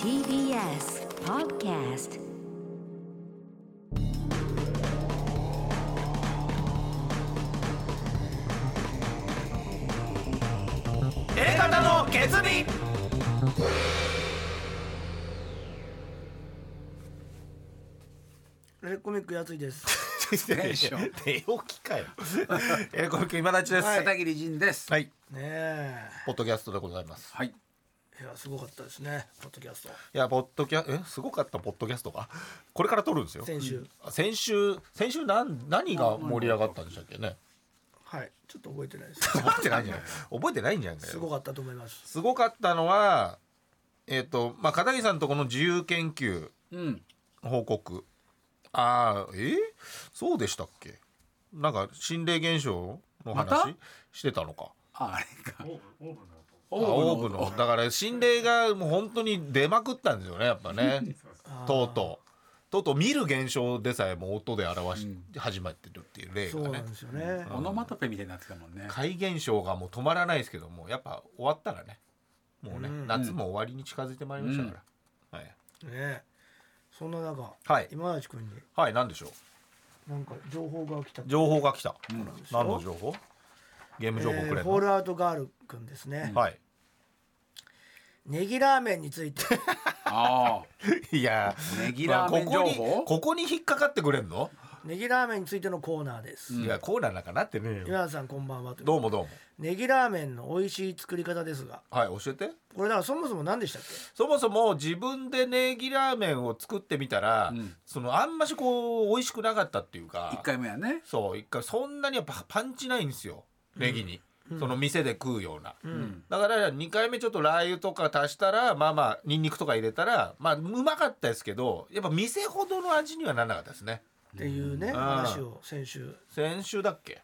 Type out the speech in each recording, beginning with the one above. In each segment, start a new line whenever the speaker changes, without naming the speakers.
TBS Podcast
方の決意
レコミックやついです。
でしょ寝起きかよエレコミック今立ちです、
はい
片桐仁です。
はい、
ねえ、
ポッドキャストでございます
はい。
いやすごかったですね。ポッドキャスト
いやポッドキャえすごかったポッドキャストがこれから撮るんですよ
先週、
あ先週先週なん何が盛り上がったんでしたっけね
はい、ちょっと覚えてないです。
覚えてないんじゃない覚えてないんじゃない
すごかったと思います。
すごかったのはえっ、とまあ片桐さんとこの自由研究
うん。
報告ああえー、そうでしたっけなんか心霊現象の
また
話してたのか
あ、あれか。
あオーブ
の
のだから心霊がもう本当に出まくったんですよねやっぱ ねとうとうとうとう見る現象でさえも音で表し、始まってるっていう例
そう
が
な
ね
んですよね。
オノマトペみたいになってたもんね。
怪現象がもう止まらないですけどもやっぱ終わったらねもうね、
うん
夏も終わりに近づいてまいりましたから、はい、
ねえ、そんな中、
はい
今立君に
はい、何でしょう
なんか情報が来た。
情報が来た、
すよ
何の情報ゲーム情報く
え
れ
ーフォ
ん
ー
の、
ルアウトガール君ですね。
はい
ネギラーメンについて
あ
いや
あ。ネギラーメン情
ここに
報。
ここに引っかかってくれんの、
ネギラーメンについてのコーナーです。
いやコーナーなんかなってねえよ
今田さんこんばんはと
どうもどうも
ネギラーメンの美味しい作り方ですが
はい教えて
これだからそもそも何でしたっ
そもそも自分でネギラーメンを作ってみたら、
うん
そのあんましこう美味しくなかったっていうか
一回目はね。
そう一回そんなにやっぱパンチないんですよネギに、その店で食うような、
うん。
だから2回目ちょっとラー油とか足したらまあまあニンニクとか入れたらまあうまかったですけどやっぱ店ほどの味にはならなかったですね
けっていうね
ん
話を先週
先週だっけ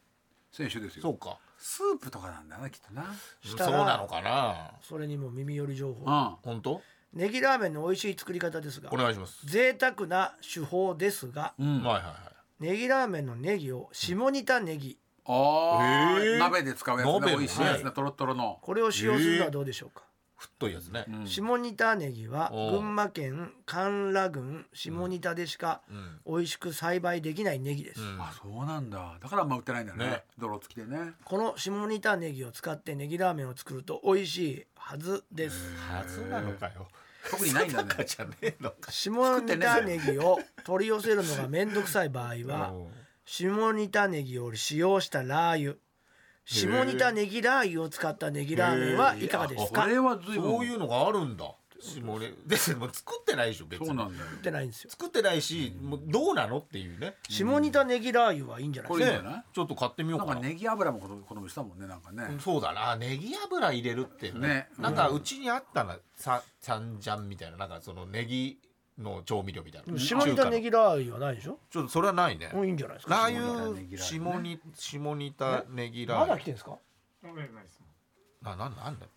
選手です
そ
よ。
うか
スープとかなんだな、きっとな。
したら
そうなのかな
それにも耳寄り情報
うん。
本当
ネギラーメンの美味しい作り方ですが
お願いします、
贅沢な手法ですが
うん、
は
あ
いはいはい
ネギラーメンのネギを下煮たネギ
あ、
へえ
鍋で使うやつ
鍋
ね
の
美味しいやつねとろとろの
これを使用するのはどうでしょうか、
太いやつね、
ん
下煮たネギは
おう
群馬県甘楽郡下煮田でしか
ん
美味しく栽培できないネギです、
うん
あそうなんだだからあんま売ってないんだね
ね
泥付きでね
この下仁田ネギを使ってネギラーメンを作ると美味しいはずです
はずなのかよ
特にないんだね
定かじゃねえのか
下仁田ネギを取り寄せるのが面倒くさい場合は
うん
下仁田ネギを使用したラー油下仁田ネギラー油を使ったネギラーメンはいかがです
こ
か
れは随分
そういうのがあるんだ下ネでも作ってないでしょ別
そう
に
なんだよ
売ってないんですよ
作ってないしもうどうなのっていうね
下仁田ネギラー油はいいんじゃない
こ
で
れ
す
いい
か
んじゃない
ねちょっと買ってみよう
なん
か
か
な
ネギ油も好みしたもんねなんかね、
そうだなネギ油入れるってね
ね
なんかうちにあったなささんじゃんみたいななんかそのネギの調味料みたいな
下仁田ネギラー油はないでしょ
ちょっとそれはないね
もういいんじゃないですか
ラ
下仁田
ー
ネギラ
油
ー
下に下仁田ネギラ
ま
ー
だ
油
来てんですか
ななんなんだよ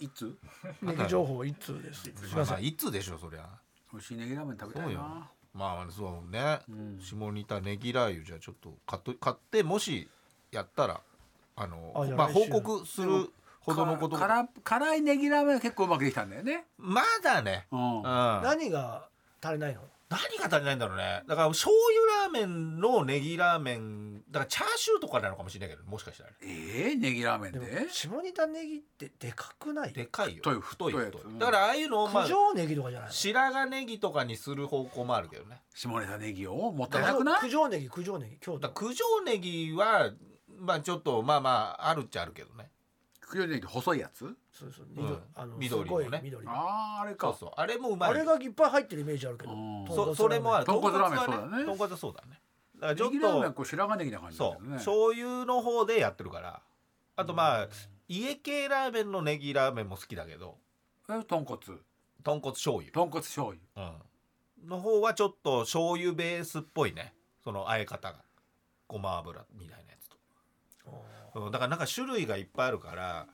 いつ
ネギ情報一通ですすい
まあ
ま
ま
せ
あ
ん
いつでしょそりゃ
美味しいネギラーメン食べた
そう
い
よ
な
まあそうね、下仁田ネギラー油じゃあちょっと買っと買ってもしやったらあの
あじゃあ
まあ
来
報
週
告するほどのこと
か辛辛いネギラーメンは結構うまくできたんだよね
まだね、
う
うんん、
あ
何
何が足りないの
が足りないんだろうねだから醤油ラーメンのネギラーメンだからチャーシューとかなのかもしれないけどもしかしたらね
えー、ネギラーメン
で
で
も下仁田ネギってでかくない
でかいよ
太い
太い
太いやつ
太い
うん
だからああいうのをまあ
九条ネギとかじゃないの
白髪ネギとかにする方向もあるけどね
下ネタネギをもっ
九
たいな
条
くない
九条ネギ九条ネギ京都
だから九条ネギはまあちょっとまあまああるっちゃあるけどね
九条ネギって細いやつ
そうそう緑、
うん
あの
緑
すごい
のね
緑の
あーあれか
そうそうあれもうまい
あ
よ
れがいっぱい入ってるイメージあるけど
うん
豚
そ
骨
それもあ
ラー
る
豚骨ラーメン
は
そうだね
豚骨はそうだねだからちょっ
ネギラーメンは
と
こう白髪ネギな感じだ
そ
け
う
どね
醤油の方でやってるからあとまあ家系ラーメンのネギラーメンも好きだけど
え豚骨
豚骨醤油、
豚骨醤油
うん、の方はちょっと醤油ベースっぽいねその和え方がごま油みたいなやつと、うんだからなんか種類がいっぱいあるから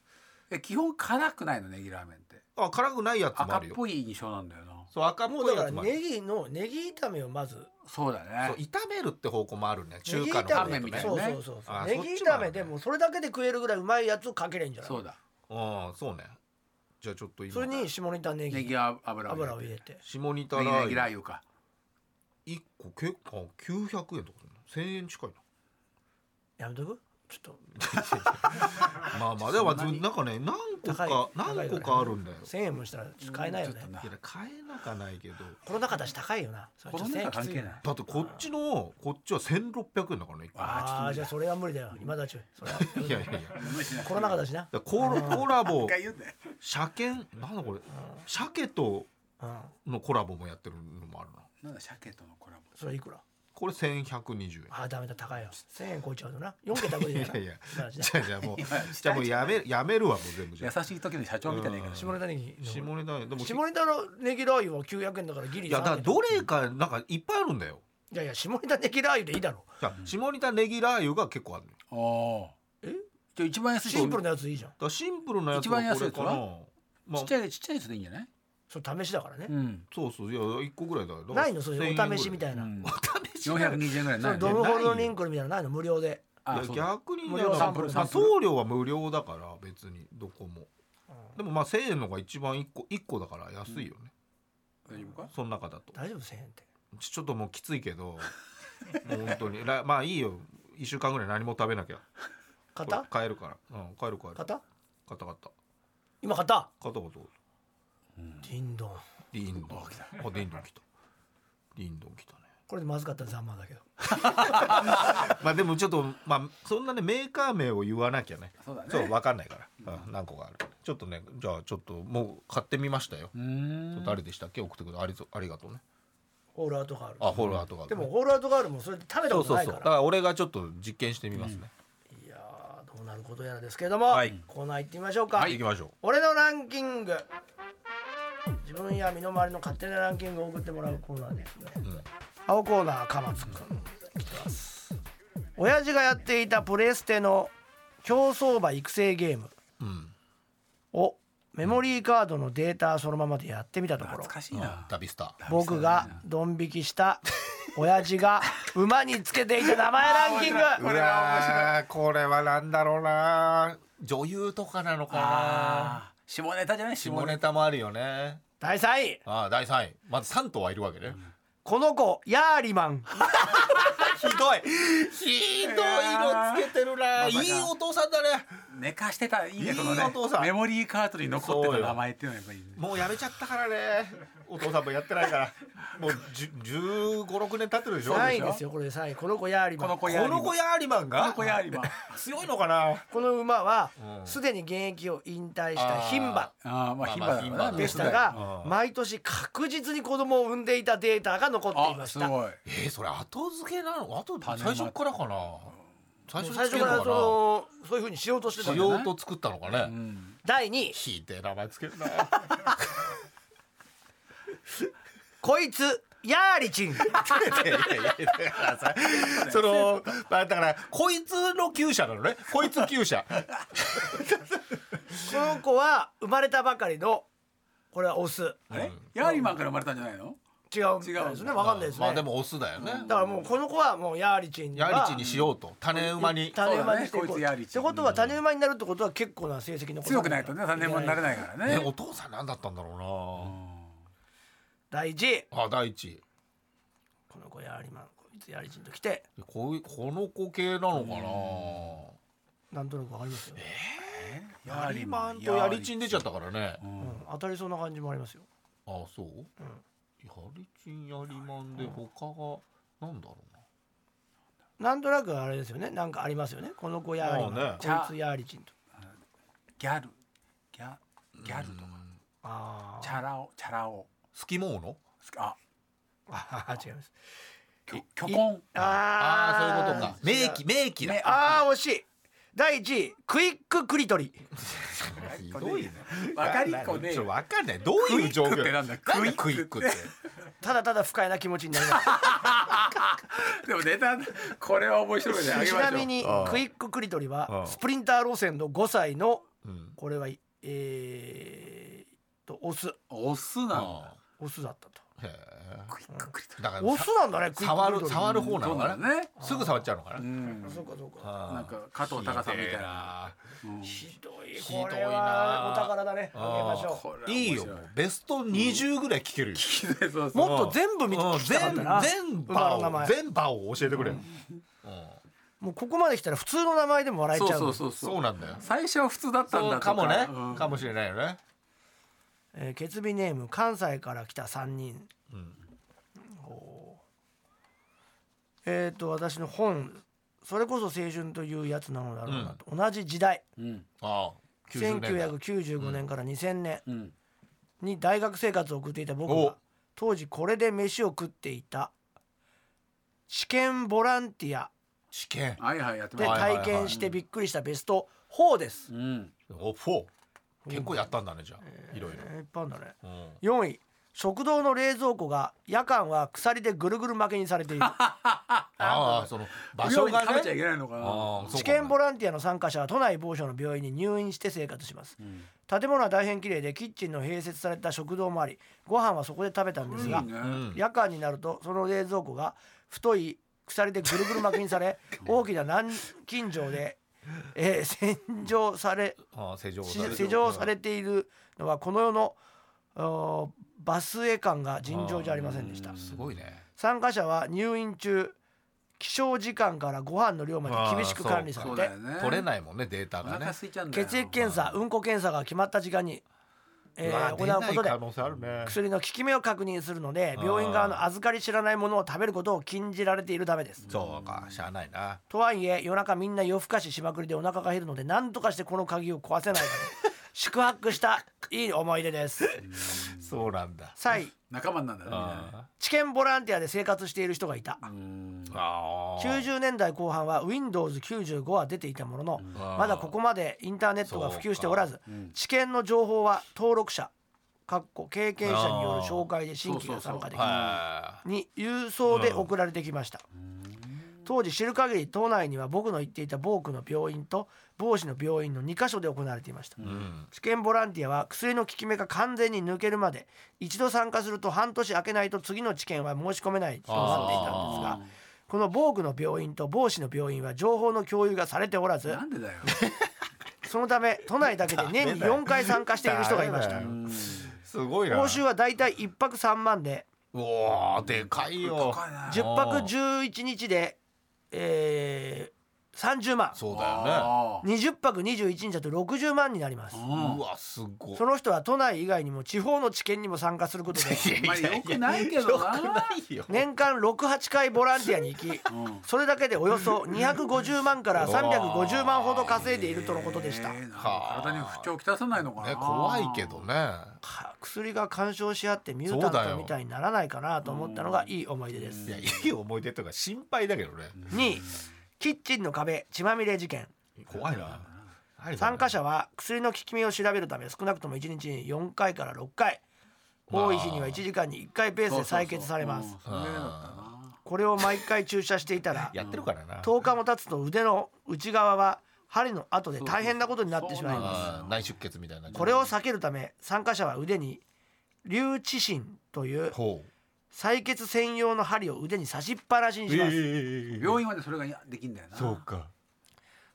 え基本辛くないのネギラーメンって
あ辛くないやつも
赤
あ
っ
るよ
ぽい印象なんだよな
そう赤っ
も
ぽ
う
い
だ
や
か
つも
ら
ある
ネギのネギ炒めをまず
そうだ
そう
ね
炒めるって方向もあるね中
ネギ
華
炒
の
め
ラーメンみたい
そ
な
う
ね
そうそうそう
あ
ネギ
そっちも
炒
あるね
めでもうそれだけで食えるぐらいうまいやつをかけれんじゃない
そうだ
うんそうねじゃあちょっと今
それに下ネタネ
ネ
ギ
ギ油
油を
を
入
入
れ
れ
て
下仁田
てネギ
ラ
ラー
ー油
油か
1個結構900円とかするの1000円近い
やめとくちょっと
なまあまあでも
そんなに
なんかね何個
高
か
い
何個かあるんだよ
1000円もしたらちょっと買えないよね
ちょっと
いや買えなかないけど
コロナ禍だし高いよなそれ
コ
ちょ
ロ
っと1000
ナ
円
禍
きつ
関
い
係ない
だってこっちのこっちは1600円だからね一個
あ
あー
あ
ち
じ
ょっと
ゃあそれは無理だよ今だちょいそれはい
やいやいや
コロナ禍だしな
だからコラコラボ
一回言うんだよ
車検なんだこれ鮭と
うん
のコラボもやってるのもあるな
なんだ鮭とのコラボ
それいくら
これ1120円
ああダメだ高いよ1000円超えちゃうとな4桁無理
いや
だ
い
よな
やいや
今だちな
じゃあじゃあもう
今
じゃあもうやめやめるわもう全部じゃ
優
あ
しい時の社長みたいな言い方し
下ネタネギ
下ネタでも
下ネタのネギラー油は900円だからギリ
いやだから
300円
どれかなんかいっぱいあるんだよ
いやいや下ネタネギラー油でいいだろ
じゃあ下仁田ネギラー油が結構あるのよだ
ああ
か
え
じゃあ一番安い
シンプル
な
なやつでいいじゃん
らシンプルなやつ
一番
は
安
これ
い
か
か
な
な
ま
ち
あ
っちゃいちっちゃいやつでいいんじゃない
それ試しだからね
うん
そうそういや1個ぐらいだよだから
ないのそういうお試しみた
い
たいな、
うん
お試しぐらい
420円ぐらい
そ
な
の
い
ド
ね
ムホルのリンクルみたいなのないの無料で、
あ
い
そう
や
だ
逆に
無
ね
料
だから
サンプル
まあ
サンプル
送料は無料だから別にどこもでもまあ1000円の方が一番1個一個だから安いよね、
大丈夫か
その中だと
大丈夫1000円って
ちょっともうきついけどもう本当に らまあいいよ1週間ぐらい何も食べなきゃ
買った
これ買えるからうん買える買える
買った
買った買った
今買った
買ったこと
ディンドン
ディーンドン来たあディーンドン来たディーンドン来たね
これでまずかったらざんまだけど
まあでもちょっとまあそんなねメーカー名を言わなきゃね
そうだね
そう分かんないから、うん、何個かあるちょっとねじゃあちょっともう買ってみましたよ
うーん
誰でしたっけ送ってくれてありぞありがとうね
ホールアウトガール
あフォロワーとか
でもホールアウトガールもそれで食べた
そ
こ
う
と
そう
ない
そう
か
だ
ら
から俺がちょっと実験してみますね、
いやーどうなることやらですけれども、
はい
コーナー行ってみましょうか、
はい行きましょう
俺のランキング自分や身の回りの勝手なランキングを送ってもらうコーナーですね、青コーナー鎌津くん来てます親父がやっていたプレステの競走馬育成ゲーム
うん
をメモリーカードのデータそのままでやってみたところ
懐かしい
うん
な
旅スター
僕がドン引きした親父が馬につけていた名前ラン キング
うわーこれはなんだろうな女優とかなのかな
ああ下ネタじゃない
下ネタもあるよね
第3位
ああ第3位まず3頭はいるわけね、
この子ヤーリマン
ひどいひどい色つけてるな、い
まさか
いお父さんだね
寝かしてたいいねこの
いいお
ね
父さん
メモリーカートに残って
そう
た
よ
名前っていうのはやっぱりいいね
もうやめちゃったからねお父さんもやってないからもう1 5 6年経ってるでしょ
3位
こ
ですよこれ3位この子ヤーリマ
こ
ン
の子やり
の子ヤーリマンが
この子やりま
強いのかな
この馬は
うん
すでに現役を引退した牝馬
ああまあ
まあ
牝馬
ま
だからな
あ牝馬だ
でしたが
うん
毎年確実に子供を産んでいたデータが残っていま
あ
し
す
たもう
ごい
えー、それ後付けなの後
種
最
馬
初っからかな最初
最
につ
初
ける
からそ
の
のそういうふうにしようとして
か
た
なんし
だよ
よ
ね
うと作ったのか
う
ね、
ん
第2位
ひでえ名前つけるな
こいつヤーリチ ン
いやいやいやだからさそのまあだからこいつの厩舎なのねこいつ厩舎
この子は生まれたばかりのこれはオス
あれヤーリマンから生まれたんじゃないの
違うみたいですね分かんないですね
まあでもオスだよね、
だからもうこの子はもうヤーリチン
ヤ
は
リチにしようと種馬に
種馬にしていこ
そうだねこいうつヤーリ
っ
チ
て
ン
ことは種馬になるってことは結構な成績の
強くないとね3年もなれないいからね
ねお父さん何だったんだろう
第1位
な、あ第一
この子ヤーリマンこいつヤーリチンと来て
こういうこの子系なのかな、
なんとなくわかりますよ、
ヤリマンとヤリチン出ちゃったからね、
うん、当たりそうな感じもありますよ
あそう、ヤリチンヤリマンで他がなんだろうな
なんとなくあれですよねなんかありますよねこの子ヤーリマン、
まあね
こいつヤーリチンと
ギャルギャギャルとか
あ
チャラ男チャラ男
スキモーノ
あ
あ 違います
きょ巨婚
あ
ああーそういうことか
違
名機名機だ、
ね
ああ惜しい第1位クイッククリトリ
ひどいね
わかりっこねえ
ちょっとわかんないどういう状況
クイックってなんだ
なんだク
ク
イ
イ
ッ
ッ
ク
クっ
っ
てて
ただただ不快な気持ちになり ます
でもネタこれは面白いねあげ
ち
ましょう
なみに
ああ
クイッククリトリ
あ
は
あ
スプリンター路線の5歳の
うん
これはえーっとオス
オスなんだ
あ
オスだったと
へえ
クイッククリと
だから
オスなんだねクイック
触
ク
る
リ
触る方な
そ
の
う
か
な
な、
んだね
すぐ触っちゃうのかな、
うん
そうかそうか
あー
なんか加藤隆さんみたいなうん
ひどい
ひどいな
これはお宝だねあげましょ
これは面
い
白
いよもうベスト20ぐらい聞けるよ、
ひどいそう
う
そう
もっと全部見て
うん
聞きたかったな
全全
馬
場
の名
を
前
全場を教えてくれ、うん
もうここまで来たら普通の名前でも笑え
そう
ちゃう
そ
の
うそうそう
そうなんだよ
最初は普通だったん
そ
だ
う
と
かもね、
うん
かもしれないよね
えー、ケツビネーム関西から来た3人、
ん
おーえっ、と私の本それこそ青春というやつなのだろうなと、同じ時代
うん
ああ90年代
1995年から2000年
うん
に大学生活を送っていた僕
お
が当時これで飯を食っていた試験ボランティア
試験
はいはいやって
で
ました
体験してびっくりしたベスト4です、
うん
お4結構やったんだねじゃあいろい
えーいっぱいあんだね
ろ、うん
4位食堂の冷蔵庫が夜間は鎖でぐるぐる巻きにされ ている
ああその場所
料理
が
食べちゃい
ね
けないのかな
ああそう
治
かもね
験ボランティアの参加者は都内某所の病院に入院して生活します、
ん
建物は大変綺麗でキッチンの併設された食堂もありご飯はそこで食べたんですが、
いいね
うん
夜間になるとその冷蔵庫が太い鎖でぐるぐる巻きにさ れ大きな南京錠で、えー洗浄され
ああ施錠
し
され
施錠されているのはこの世のおバスエ感が尋常じゃありませんでした
うんすごいね
参加者は入院中起床時間からご飯の量まで厳しく管理され
そう
て
だよね
取れ
い
ないもんねデータ
お
がね
腹空いちゃうんだよ
血液検査うんこ検査が決まった時間に、え
うわ
ー行うこと
出な
で
い可能性あるね
薬の効き目を確認するので
あー
病院側の預かり知らないものを食べることを禁じられているためです。
そうかしゃあないな
とはいえ夜中みんな夜更かししまくりでお腹が減るので何とかしてこの鍵を壊せないかと宿泊したいい思い出です。
そうなんだ
3位
仲間なんだね
あ
治験ボランティアで生活している人がいた。
うん
あああ
90年代後半は Windows95 は出ていたものの
ん
まだここまでインターネットが普及しておらず
うん
知見の情報は登録者かっこ経験者による紹介で新規が参加できる
は
に郵送で送られてきました当時知る限り都内には僕の行っていた某区の病院と某市の病院の2カ所で行われていました
いうん
治験ボランティアは薬の効き目が完全に抜けるまで一度参加すると半年空けないと次の治験は申し込めないとなっていたんですがこの某区の病院と某市の病院は情報の共有がされておらず
なんでだよ
そのため都内だけで年に4回参加している人がいました
ダメだよ
うん
すごいな
報酬はだいたい1泊3万で
うわーでかいよ
高いな
10泊11日で、えー、30万
そうだよね
あ
20泊21日だと60万になります
ーうん
うわすごい
その人は都内以外にも地方の治験にも参加することで
まあよくないけどな
よくないよ
年間68回ボランティアに行き
うん
それだけでおよそ250万から350万ほど稼いでいるとのことでした
えーなんか体に不調をきたさないのか
ね
な
怖いけどね
か薬が干渉し合ってミュータントみたいにならないかなと思ったのがいい思い出です
いやいい思い出とか心配だけどね
2位キッチンの壁血まみれ事件
怖いな
参加
者
者は薬の効き目を調べるため少なくとも1日に4回から6回多い日には1時間に1回ペースで採血されます
そうそうそううんそれだったな
これを毎回注射していた ら
やってるからな
10日も経つと腕の内側は針の後で大変なことになってしまいます
あー内出血みたいな
これを避けるため参加者は腕に留置針という
ほう
採血専用の針を腕に差しっぱなしにします
病院はねそれがいやできんだよな
そうか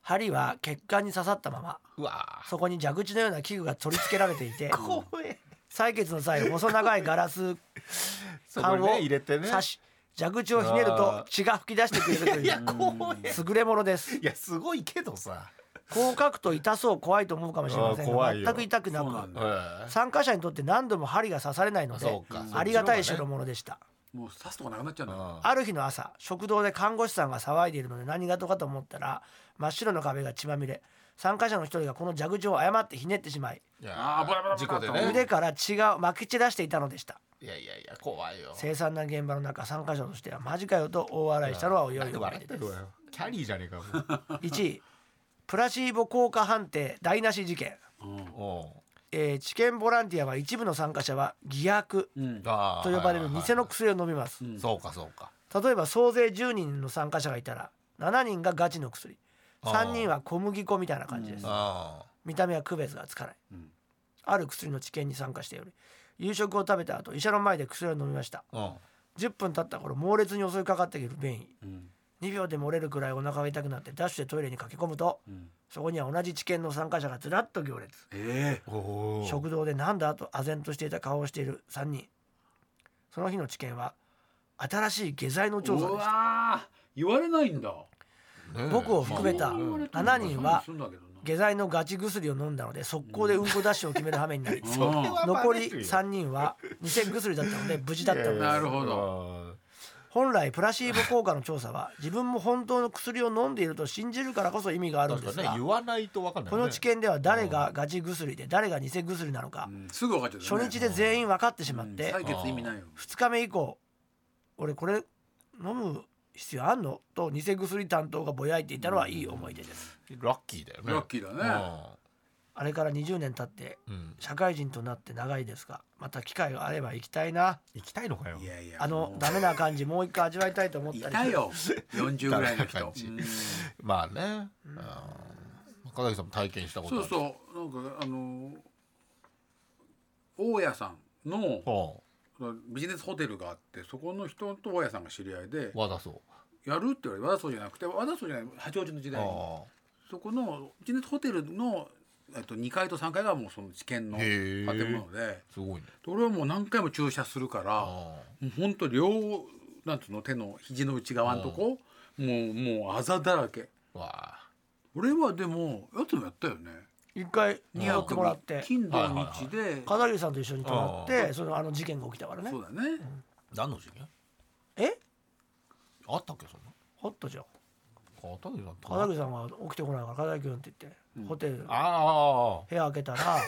針は血管に刺さったまま
うわ
そこに蛇口のような器具が取り付けられてい て
怖え
採血の際細長いガラス
そこ
管
に
を
ね入れてね
刺し蛇口をひねると血が噴き出してくれるという
いや怖え
優れものです
いやすごいけどさ
こう書くと痛そう怖いと思うかもしれません
あー怖いよ
が全く痛くな
そうなん
く
だ
え
参加者にとって何度も針が刺されないので
そうか
ありがたい代物でした
もう刺すとこなくなっちゃうん
え
だよ
あ
ある日の朝食堂で看護師さんが騒いでいるので何事かと思ったら真っ白の壁が血まみれ参加者の一人がこの蛇口を誤ってひねってしまい
あーブラブラブ
事
ラブラ
故
っと
でね
腕から血がまき散らしていたのでした
いやいやいや怖いよ
凄惨な現場の中参加者としてはマジかよと大笑いしたのはおよ
なん
い
で
思い
笑っ
出
て
で
る
す
わよキャリーじゃねえか
1位プラシーボ効果判定台無し事件、
もう
えー治験ボランティアは一部の参加者は偽薬
うんうん
あー
と呼ばれる偽の薬を飲みます
うん
そうかそうか
例えば総勢10人の参加者がいたら7人がガチの薬
あー
3人は小麦粉みたいな感じです
あ
見た目は区別がつかない
うん
ある薬の治験に参加しており夕食を食べた後医者の前で薬を飲みました
うん
10分経った頃猛烈に襲いかかってくる便意
うん
2秒で漏れるくらいお腹が痛くなってダッシュでトイレに駆け込むと
うん
そこには同じ治験の参加者がずらっと行列
え
おー
食堂でなんだと唖然としていた顔をしている3人その日の治験は新しい下剤の
え
調
う
査でした
わー言われないんだ
ねえ
僕を含めた
そんなに言われても
7人は
そんなのすんだけどな
下剤のガチ薬を飲んだので速攻でうんこダッシュを決める羽目になり
それは
バ
残
レ
り
るよ
3人は偽薬だったので無事だったの
い
で
やいや
なるほ
ど
本来プラシーボ効果の調査は自分も本当の薬を飲んでいると信じるからこそ意味があるんで
確
す
かにね
が
言わないと分かんない
この治験では誰がガチ薬で誰が偽薬なのか
うんすぐ分かっちゃった
初日で全員分かってしまっ
うん
て
採血意味ないよ
2日目以降「俺これ飲む必要あんの?」と偽薬担当がぼやいていたのはいい思い出です。
ラッキーだよね
ラッキーだ
あれから20年経って
うんうん
社会人となって長いですがまた機会があれば行きたいな
行きたいのかよ
いやいや
あの
もう
ダメな感じもう一回味わいたいと思っ
い
たり
たよ40ぐらいの
ダメな
人
感じ
うん
まあねうん中崎さんも体験したことあ
そ
る
うそうなんかあの大家さんの
ほ
ビジネスホテルがあってそこの人と大家さんが知り合いで
う和田そう
やるって言われて和田荘じゃなくて和田荘じゃない八王子の時代に
あ
そこのビジネスホテルの、えっと、2階と3階がもうその知見の
へー
建物で
ーすごいね
俺はもう何回も注射するからも
あ
うほんと両なんつうの手の肘の内側のとこもうもうあざだらけ
ーわ
俺はでもやつもやったよね
一回
うん
やってもらって
金土
はいはいはい
日で、
片桐さんと一緒に泊まっ
あ
てそのあの事件が起きたからね
そうだね
ー何の事件
え
あったっけそんな
ホットじゃん
片桐さんと
片桐さんが起きてこないから片桐君って言って、ホテル部
ああ
屋開けたら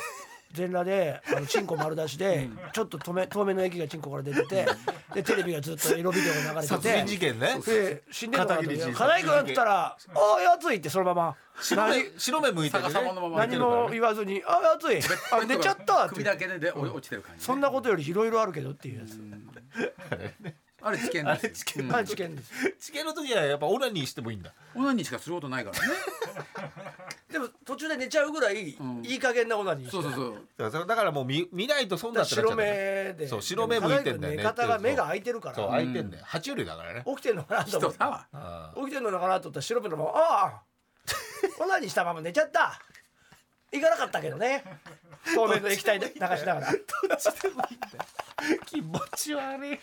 全裸であのチンコ丸出しで、ちょっと透明透明の液がチンコから出ててでテレビがずっと色ビデオが流れてて
殺人事件ね
で死んでるのかと思って
片桐仁
片桐君って言ったら「おー熱い」ってそのまま
白目白目向いて
逆さまのまま
何も言わずに「あ熱いあ寝ちゃった」っ
首
て
だけでで落ちてる感じね、
そんなことよりいろいろあるけどっていうやつ、
あれ知見
あ
で
れ
す
知見
はい事件です
治験の時はやっぱオナニーしてもいいんだ
オナニーしかすることないからね
でも途中で寝ちゃうぐらい、
ん
いい加減な女に
そうそうそう
だからだからもう見見ないと損だってなっちゃ
白
うんだよね
目で
そう白目向いてんだよね
片桐君寝方が目が開いてるか
そう
ら
開いてんだよ爬虫類だからね
起きてるのかな と
人
思って
だわ
あ
起きてるのかなと思ったら白目のまま「ああオナニーしたまま寝ちゃった」行かなかったけどね透明の液 体流しながらい
ー気持ち悪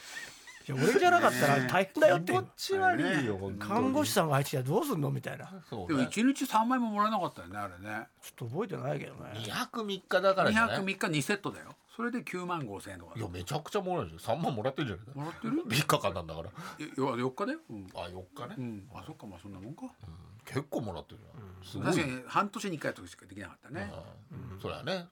い
や俺じゃなかったら大変だよって
気持ち悪いよ本当に
看護師さんが入ってきたらどうすんのみたいなちょ
そう
でも
ね
一日三枚ももらえなかったよねあれね
っと覚えてないけどね
2泊3日だから
二
じゃ
泊
ない
三日二セットだよそれで九万五千円とか
いやめちゃくちゃもらえるじゃん3万もらってるじゃないか
もらってる
3日間なんだから
よ四日だようん、
あ4日ね、
うん、あそっかまあそんなもんか
結構もらってるじゃん、
確
すご
かに
い、
半年に一回とかしかできなかったね
うん、そりゃね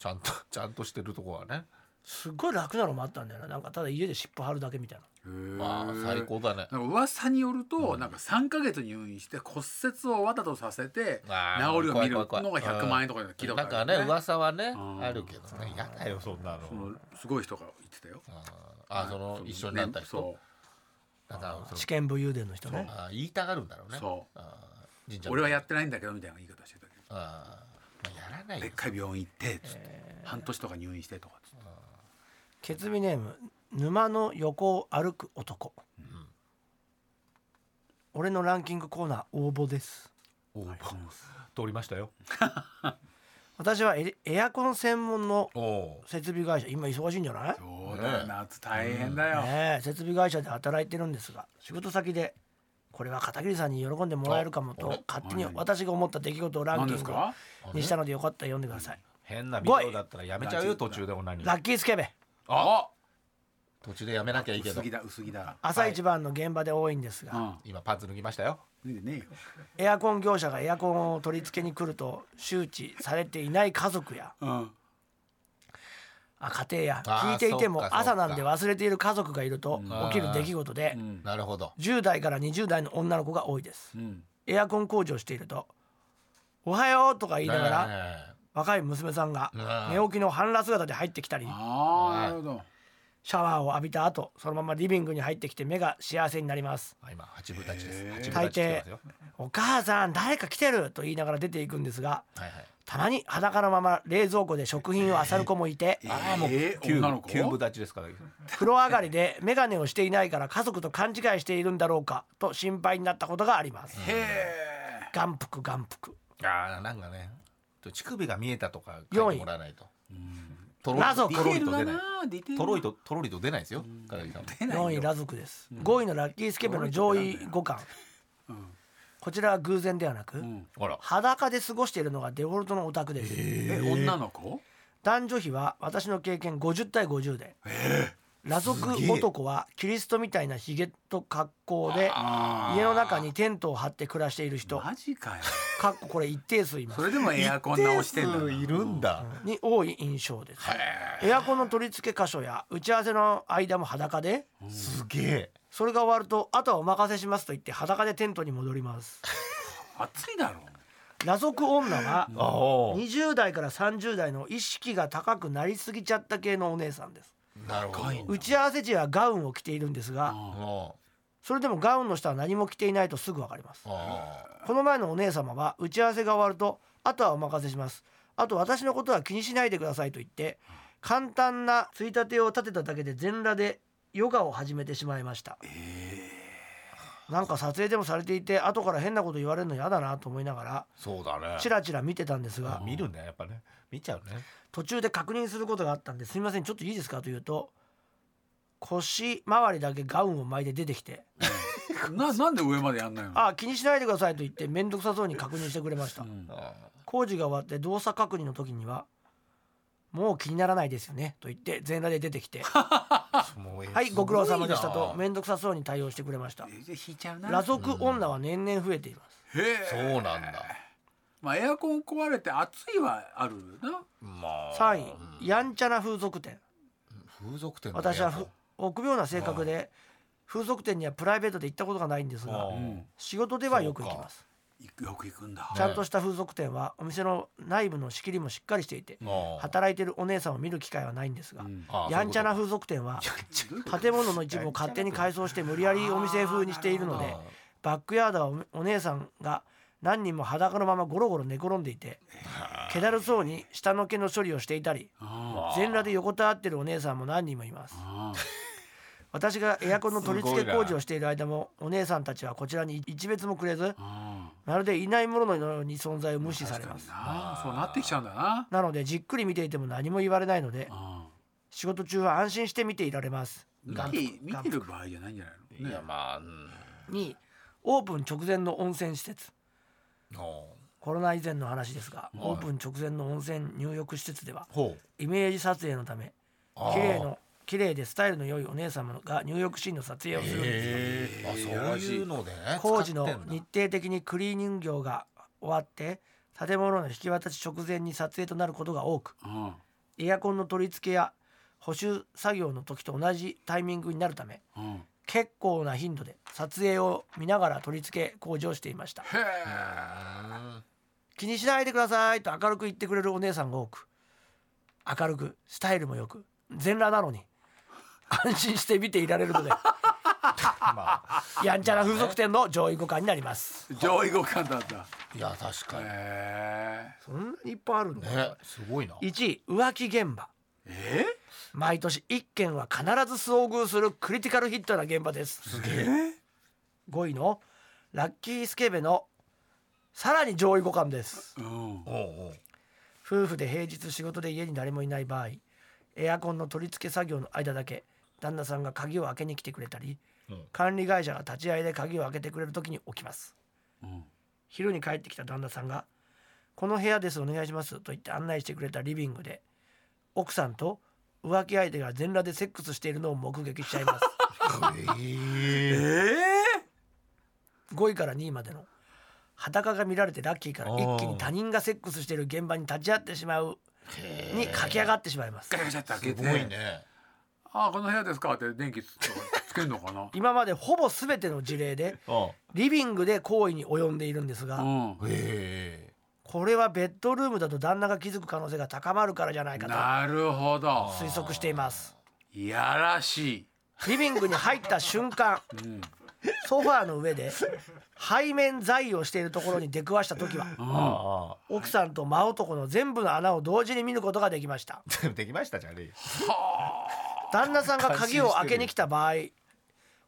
ちゃんと ちゃんとしてるとこはね
すっごい楽なのもあったんだよななんかただ家で尻尾張るだけみたいな
へ
まあ
ー
最高だね
なんか噂によると、なんか3か月入院して骨折をわざとさせて
あー
治りを見るの
怖い
が
怖い怖い
100万円とかで聞いたことある
なんか
よ
ね噂はね
うん
あるけどねやだよそんなの
そのすごい人が言ってたよ
ああその一緒になった
ねそ
人なんかそ
知見武勇伝の人ね
のあ言いたがるんだろう
う
ね
そ
あ神
う
社
俺はやってないんだけどみたいな言い方してたけど
あまあやらない
で
よ
っかい病院行ってっつって、半年とか入院してとかっつって
ケツビネーム沼の横を歩く男、俺のランキングコーナー応募です
おう通りましたよ
私はエエアコン専門の
おお
設備会社今忙しいんじゃない
そうだよ、夏大変だよ、
ねえ設備会社で働いてるんですが仕事先でこれは片桐さんに喜んでもらえるかも
ああ
と
れ
勝手に私が思った出来事をラン
何
キ
で
ン
す
グ
か
にしたのでよかったら読んでください
変なビ
ごい
デオだったらやめちゃうよ途中でも何
ラッキースケベ
あ
途中でやめなきゃいいけ
薄
ど
着だ薄着だ
朝一番の現場で多いんですが、
うん
今パンツ脱ぎましたよ
脱いでねえよ
エアコン業者がエアコンを取り付けに来ると周知されていない家族や
うん
あ家庭や
あー
聞いていても
そっかそっか
朝なんで忘れている家族がいると
ん
起きる出来事で、
うん
なるほど
10代から20代の女の子が多いです
うん
エアコン工事をしていると「おはよう」とか言いながら、
ねえ
若い娘さんが
うん
寝起きの半裸姿で入ってきたり
ああなるほど
シャワーを浴びた後そのままリビングに入ってきて目が幸せになります
あ今八分立ちです
へー
八分立ちしてますよ
お母さん誰か来てると言いながら出ていくんですが
はいはい
たまに裸のまま冷蔵庫で食品を漁る子もいて
ああもう
えー
九
女の子
九分立ちですから
風呂上がりで眼鏡をしていないから家族と勘違いしているんだろうかと心配になったことがあります
へえ
眼福眼福
ああなんかねちょ乳首が見えたとか
四
書
位
いてもらわないとと
ラゾ
ろ
ク
り
ディテ
と
ー
と
ルだ
ろりと出ない
なディテール
とろりととろりと出ないですよカラリさんも
出ないよ
4位ラズクです5位のラッキースケベの上位5巻こちらは偶然ではなく
ん
ほら
裸で過ごしているのがデフォルトのオタクです
え女の子
男女比は私の経験50対50で裸族男はキリストみたいなひげと格好で
あー
家の中にテントを張って暮らしている人
マジかよ
かっここれ一定数います
それでもエアコン直してんだ
一定数いるんだ
に多い印象ですエアコンの取り付け箇所や打ち合わせの間も裸です
げえ
それが終わるとあとはお任せしますと言って裸でテントに戻ります
暑いだろ
裸族女は
ああ
20代から30代の意識が高くなりすぎちゃった系のお姉さんです
なるほ
高いんだ
打ち合わせ時はガウンを着ているんですが
うん
ど
それでもガウンの下は何も着ていないとすぐわかります
ああ
この前のお姉様は打ち合わせが終わるとあとはお任せしますあと私のことは気にしないでくださいと言って簡単なついたてを立てただけで全裸でヨガを始めてしまいました、なんか撮影でもされていて後から変なこと言われるの嫌だなと思いながら
そうだね
チラチラ見てたんですが
見るねやっぱね見ちゃうね
途中で確認することがあったんですいませんちょっといいですかと言うと腰周りだけガウンを巻いて出てきて
ななんで上までやんないの
ああ気にしないでくださいと言って面倒くさそうに確認してくれました
うん
あ
工事が終わって動作確認の時には「もう気にならないですよね」と言って全裸で出て きて「
あもうえ
はいご苦労様でした」
すごい
と
な
面倒くさそうに対応してくれました
え引いちゃうな
裸族女は年々増えています
へ
そう
え
なんだ
まあエアコン壊れて暑いはあるな
まあ
3
うん
位やんちゃな風俗店
風俗店の
私は
部屋
ふ
か
臆病な性格で風俗店にはプライベートで行ったことがないんです
う
が
ん
仕事ではよく行きます
行くよく行くんだ
ちゃんとした風俗店はお店の内部の仕切りもしっかりしていて
ああ
働いてるお姉さんを見る機会はないんですが
うん
ああ
やんちゃな
そういう
風俗店は
どういうこと
建物の一部を勝手に改装して無理やりお店風にしているので
あ
バックヤードはおお姉さんが何人も裸のままゴロゴロ寝転んでいて気だるそうに下の毛の処理をしていたり
あ
全裸で横たわってるお姉さんも何人もいます
あ
私がエアコンの取り付け
すご
工
いな
事をしている間もお姉さんたちはこちらに一別もくれず
あ
まるでいないもののように存在を無視され
確か
ま
に
す
なそうなってきちゃうんだな
なのでじっくり見ていても何も言われないので
ああ
仕事中は安心して見ていられます
見て見てる場合じゃないんじゃない
あ
の
い
ね
やまあうん
2オープン直前の温泉施設
ああ
コロナ以前の話ですが
い
オープン直前の温泉入浴施設では
ほう
イメージ撮影のため
あー
綺麗の綺麗でスタイルの良いお姉様が入浴シーンの撮影をするんですよ
へえあそういうのでね
工事の
使ってんだ
日程的にクリーニング業が終わって建物の引き渡し直前に撮影となることが多く
うん
エアコンの取り付けや補修作業の時と同じタイミングになるため
うんへ
結構な頻度で撮影を見ながら取り付け工事をしていました
うん
気にしないでくださいと明るく言ってくれるお姉さんが多く明るくスタイルもよく全裸なのに安心して見ていられるの で
まあ
やんちゃな風俗店の上位互換になります
え上位互換だった
いや確かに
へ
そんなにいっぱいあるん
ねすごいな
1位浮気現場
ええ
毎年1件は必ず遭遇するクリティカルヒットな現場です
え
5位のラッキースケベのさらに上位互換です
うん
おうおう
夫婦で平日仕事で家に誰もいない場合エアコンの取り付け作業の間だけ旦那さんが鍵を開けに来てくれたり、
うん
管理会社が立ち会いで鍵を開けてくれる時に起きます
うん
昼に帰ってきた旦那さんが「この部屋ですお願いします」と言って案内してくれたリビングで奥さんと浮気相手が全裸でセックスしているのを目撃しちゃい ます
ええ
5位から2位までの裸が見られてラッキーから一気に他人がセックスしている現場に立ち会ってしまうに駆け上がってしまいます
ガチャガチャって開け
す
て
ごいね
ああこの部屋ですかって電気つつけるのか な
今までほぼ全ての事例で
あ
リビングで行為に及んでいるんですが、
うん
へ
これはベッドルームだと旦那が気づく可能性が高まるからじゃないか
なるほど
と推測しています
いやらしい
リビングに入った瞬間、ソファーの上で背面材をしているところに出くわした時は
あ
奥さんと真男の全部の穴を同時に見ることができました
あ できましたじゃねえよ
旦那さんが鍵を開けに来た場合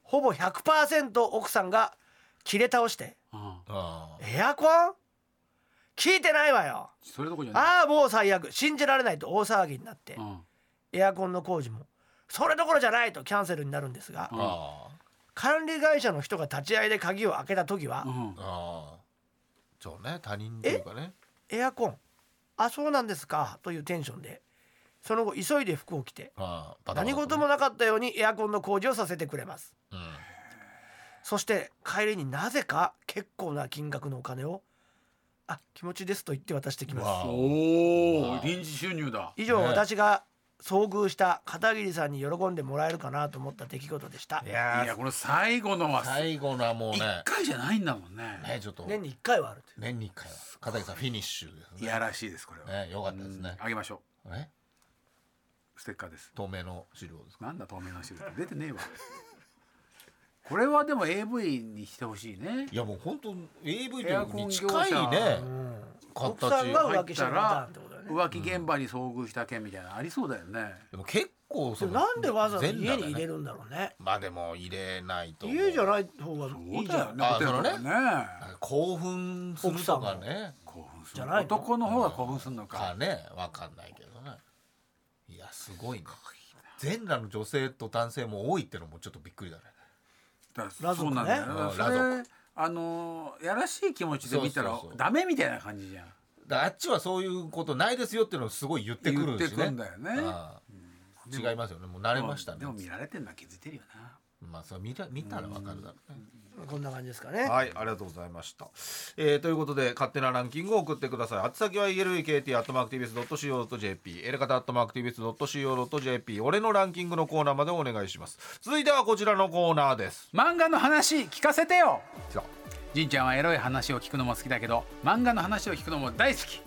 ほぼ100%奥さんが切れ倒して
うん
あ
「エアコン聞いてないわよ
それどころじゃない
ああもう最悪信じられない」と大騒ぎになって
うん
エアコンの工事もそれどころじゃないとキャンセルになるんですが
ああ
管理会社の人が立ち会いで鍵を開けた時は
うん
ああそうね他人というかね
エアコンあそうなんですかというテンションでその後急いで服を着て
ああバタバタ
何
とね
事もなかったようにエアコンの工事をさせてくれます
うん
そして帰りになぜか結構な金額のお金をあ気持ちですと言って渡してきます
わ
お
ああ
お臨時収入だ
以上
ね
私が遭遇した片桐さんに喜んでもらえるかなと思った出来事でした
いや
いや
ー
この最後のは
最後のはもう
一
ね
回じゃないんだもんね
ねちょっと
年に1回はあるという
年に一回は片桐さんフィニッシュです
い
ね
やらしいですこれは
ねよかったで
う
す
ん
ね
あげましょ
ね
うステッカーです
透明の資料ですか
なんだ透明のシールって出てねえわこれはでも AV にしてほしいね
いやもう本当 AV
エアコ
力
ン
に
業者
近いね
奥さん
形
が
入
浮
っ
気したたら
ら
ってことだよね
浮気現場に遭遇した件みたいなのありそうだよね
でも結構
で
そ
も
の
なんでわざわざ家
全裸
に
だね
入れるんだろうね
まあでも入れないと思う
家じゃない方がい
そう
いじゃ
だよ
ん
ね
あ
ホテルとか
そ
ね
興奮するとかね
興奮す
じゃ
る
ないの
男の方が興奮するの
か
か
ねわかんないけどねいやすごいね全裸の女性と男性も多いってのもちょっとびっくりだね
だか
ラ
ら
族
そうなんだよ
ね
だからそ
うんラ
れあのやらしい気持ちで見た
そう
ら
そうそう
ダメみたいな感じじゃん
だからあっちはそういうことないですよっていうのをすごい言ってくるしね
言ってくんだよね
ああ違いますよねもう慣れましたね
でも見られてんのは気づいてるよな
まあそれ見た見たらわかるだろうね
こんな感じですかね
はい、ありがとうございました。えーということで、勝手なランキングを送ってください。宛先は elkt.mactvs.co.jp、エレカタ .mactvs.co.jp、俺のランキングのコーナーまでお願いします。続いてはこちらのコーナーです。
漫画の話聞かせてよ
さ
じんちゃんはエロい話を聞くのも好きだけど漫画の話を聞くのも大好き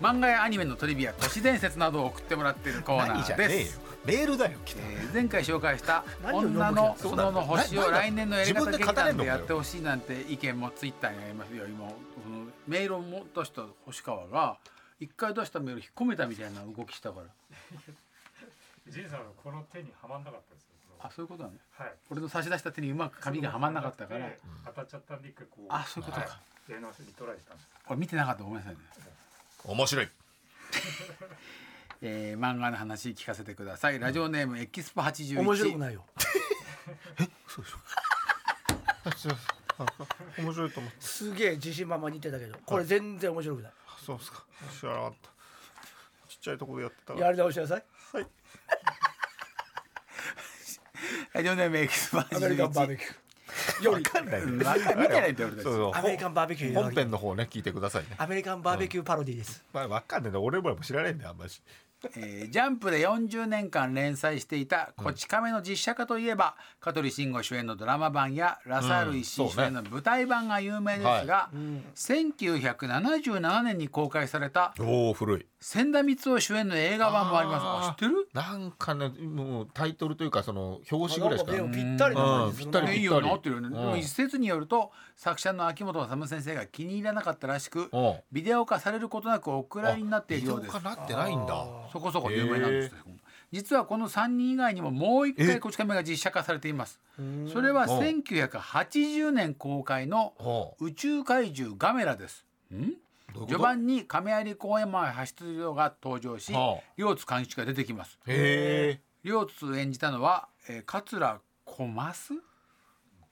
漫画やアニメのトリビア都市伝説などを送ってもらっているコー
あ、
ナ
何じ
ー
ゃね
で
えよ
す。
メールだよ、来て。
えー前回紹介した
何を読む気が
女の園の星
そう
を
だよ
来年のやり方
自分で
劇
語れ
団
んの
で
かよ
やってほしいなんて意見もツイッターにありますよ今このメールをも出した星川が一回出したメール引っ込めたみたいな動きしたから
ジンさんのこの手にはまんなかったんですよ。こ
あそういうことなの
のはい。
俺の差し出した手にうまく紙がはまんなかったから
で当たっちゃったんで一回こう。
あそういうことか
はい。やり直しにトライしたんです。
これ見てなかったごめんなさいね
面白い。
えー漫画の話聞かせてくださいラジオネームエキスポ81
面白く ないよ
面白いと思って。
すげえ自信満々に言ってたけどこれ全然面白くない
そうですか。知らなかった。ちっちゃいところでやってた
やり直しなさい
ラジオネームエキスポ
アメリカンバ
81
ーベキュー
わかんない
うんわかん見てないって俺たち
そうそう
アメリカンバーベキュー
本編の方ね、聞いてくださいね。
アメリカンバーベキューパロディです
まあ、わかんないんだ。俺も知らないんだよ、あんまり。
えージャンプで40年間連載していた「こち亀」の実写化といえば香取慎吾主演のドラマ版やラサール石井主演の舞台版が有名ですが、1977年に公開された
おお、古い。
千田光雄主演の映画版もありますあ知ってる
なんかねもうタイトルというかその表紙ぐらいしか
なんかでもぴったりな感じするな
うんぴったり
いいよね合ってるよね、
うん
でも一説によると作者の秋元治先生が気に入らなかったらしく、
うん
ビデオ化されることなくお蔵入りになっているようです
あビデオ化なってないんだ
そこそこ有名なんですけども実はこの3人以外にももう一
え
回「こち亀」が実写化されていますそれは
うん
1980年公開の
ほ
「宇宙怪獣ガメラ」ですん
どういうこと
序盤に亀有公園前派出所が登場し
はあ
両津勘吉が出てきます
うへえ
両津演じたのは、えー、桂小増、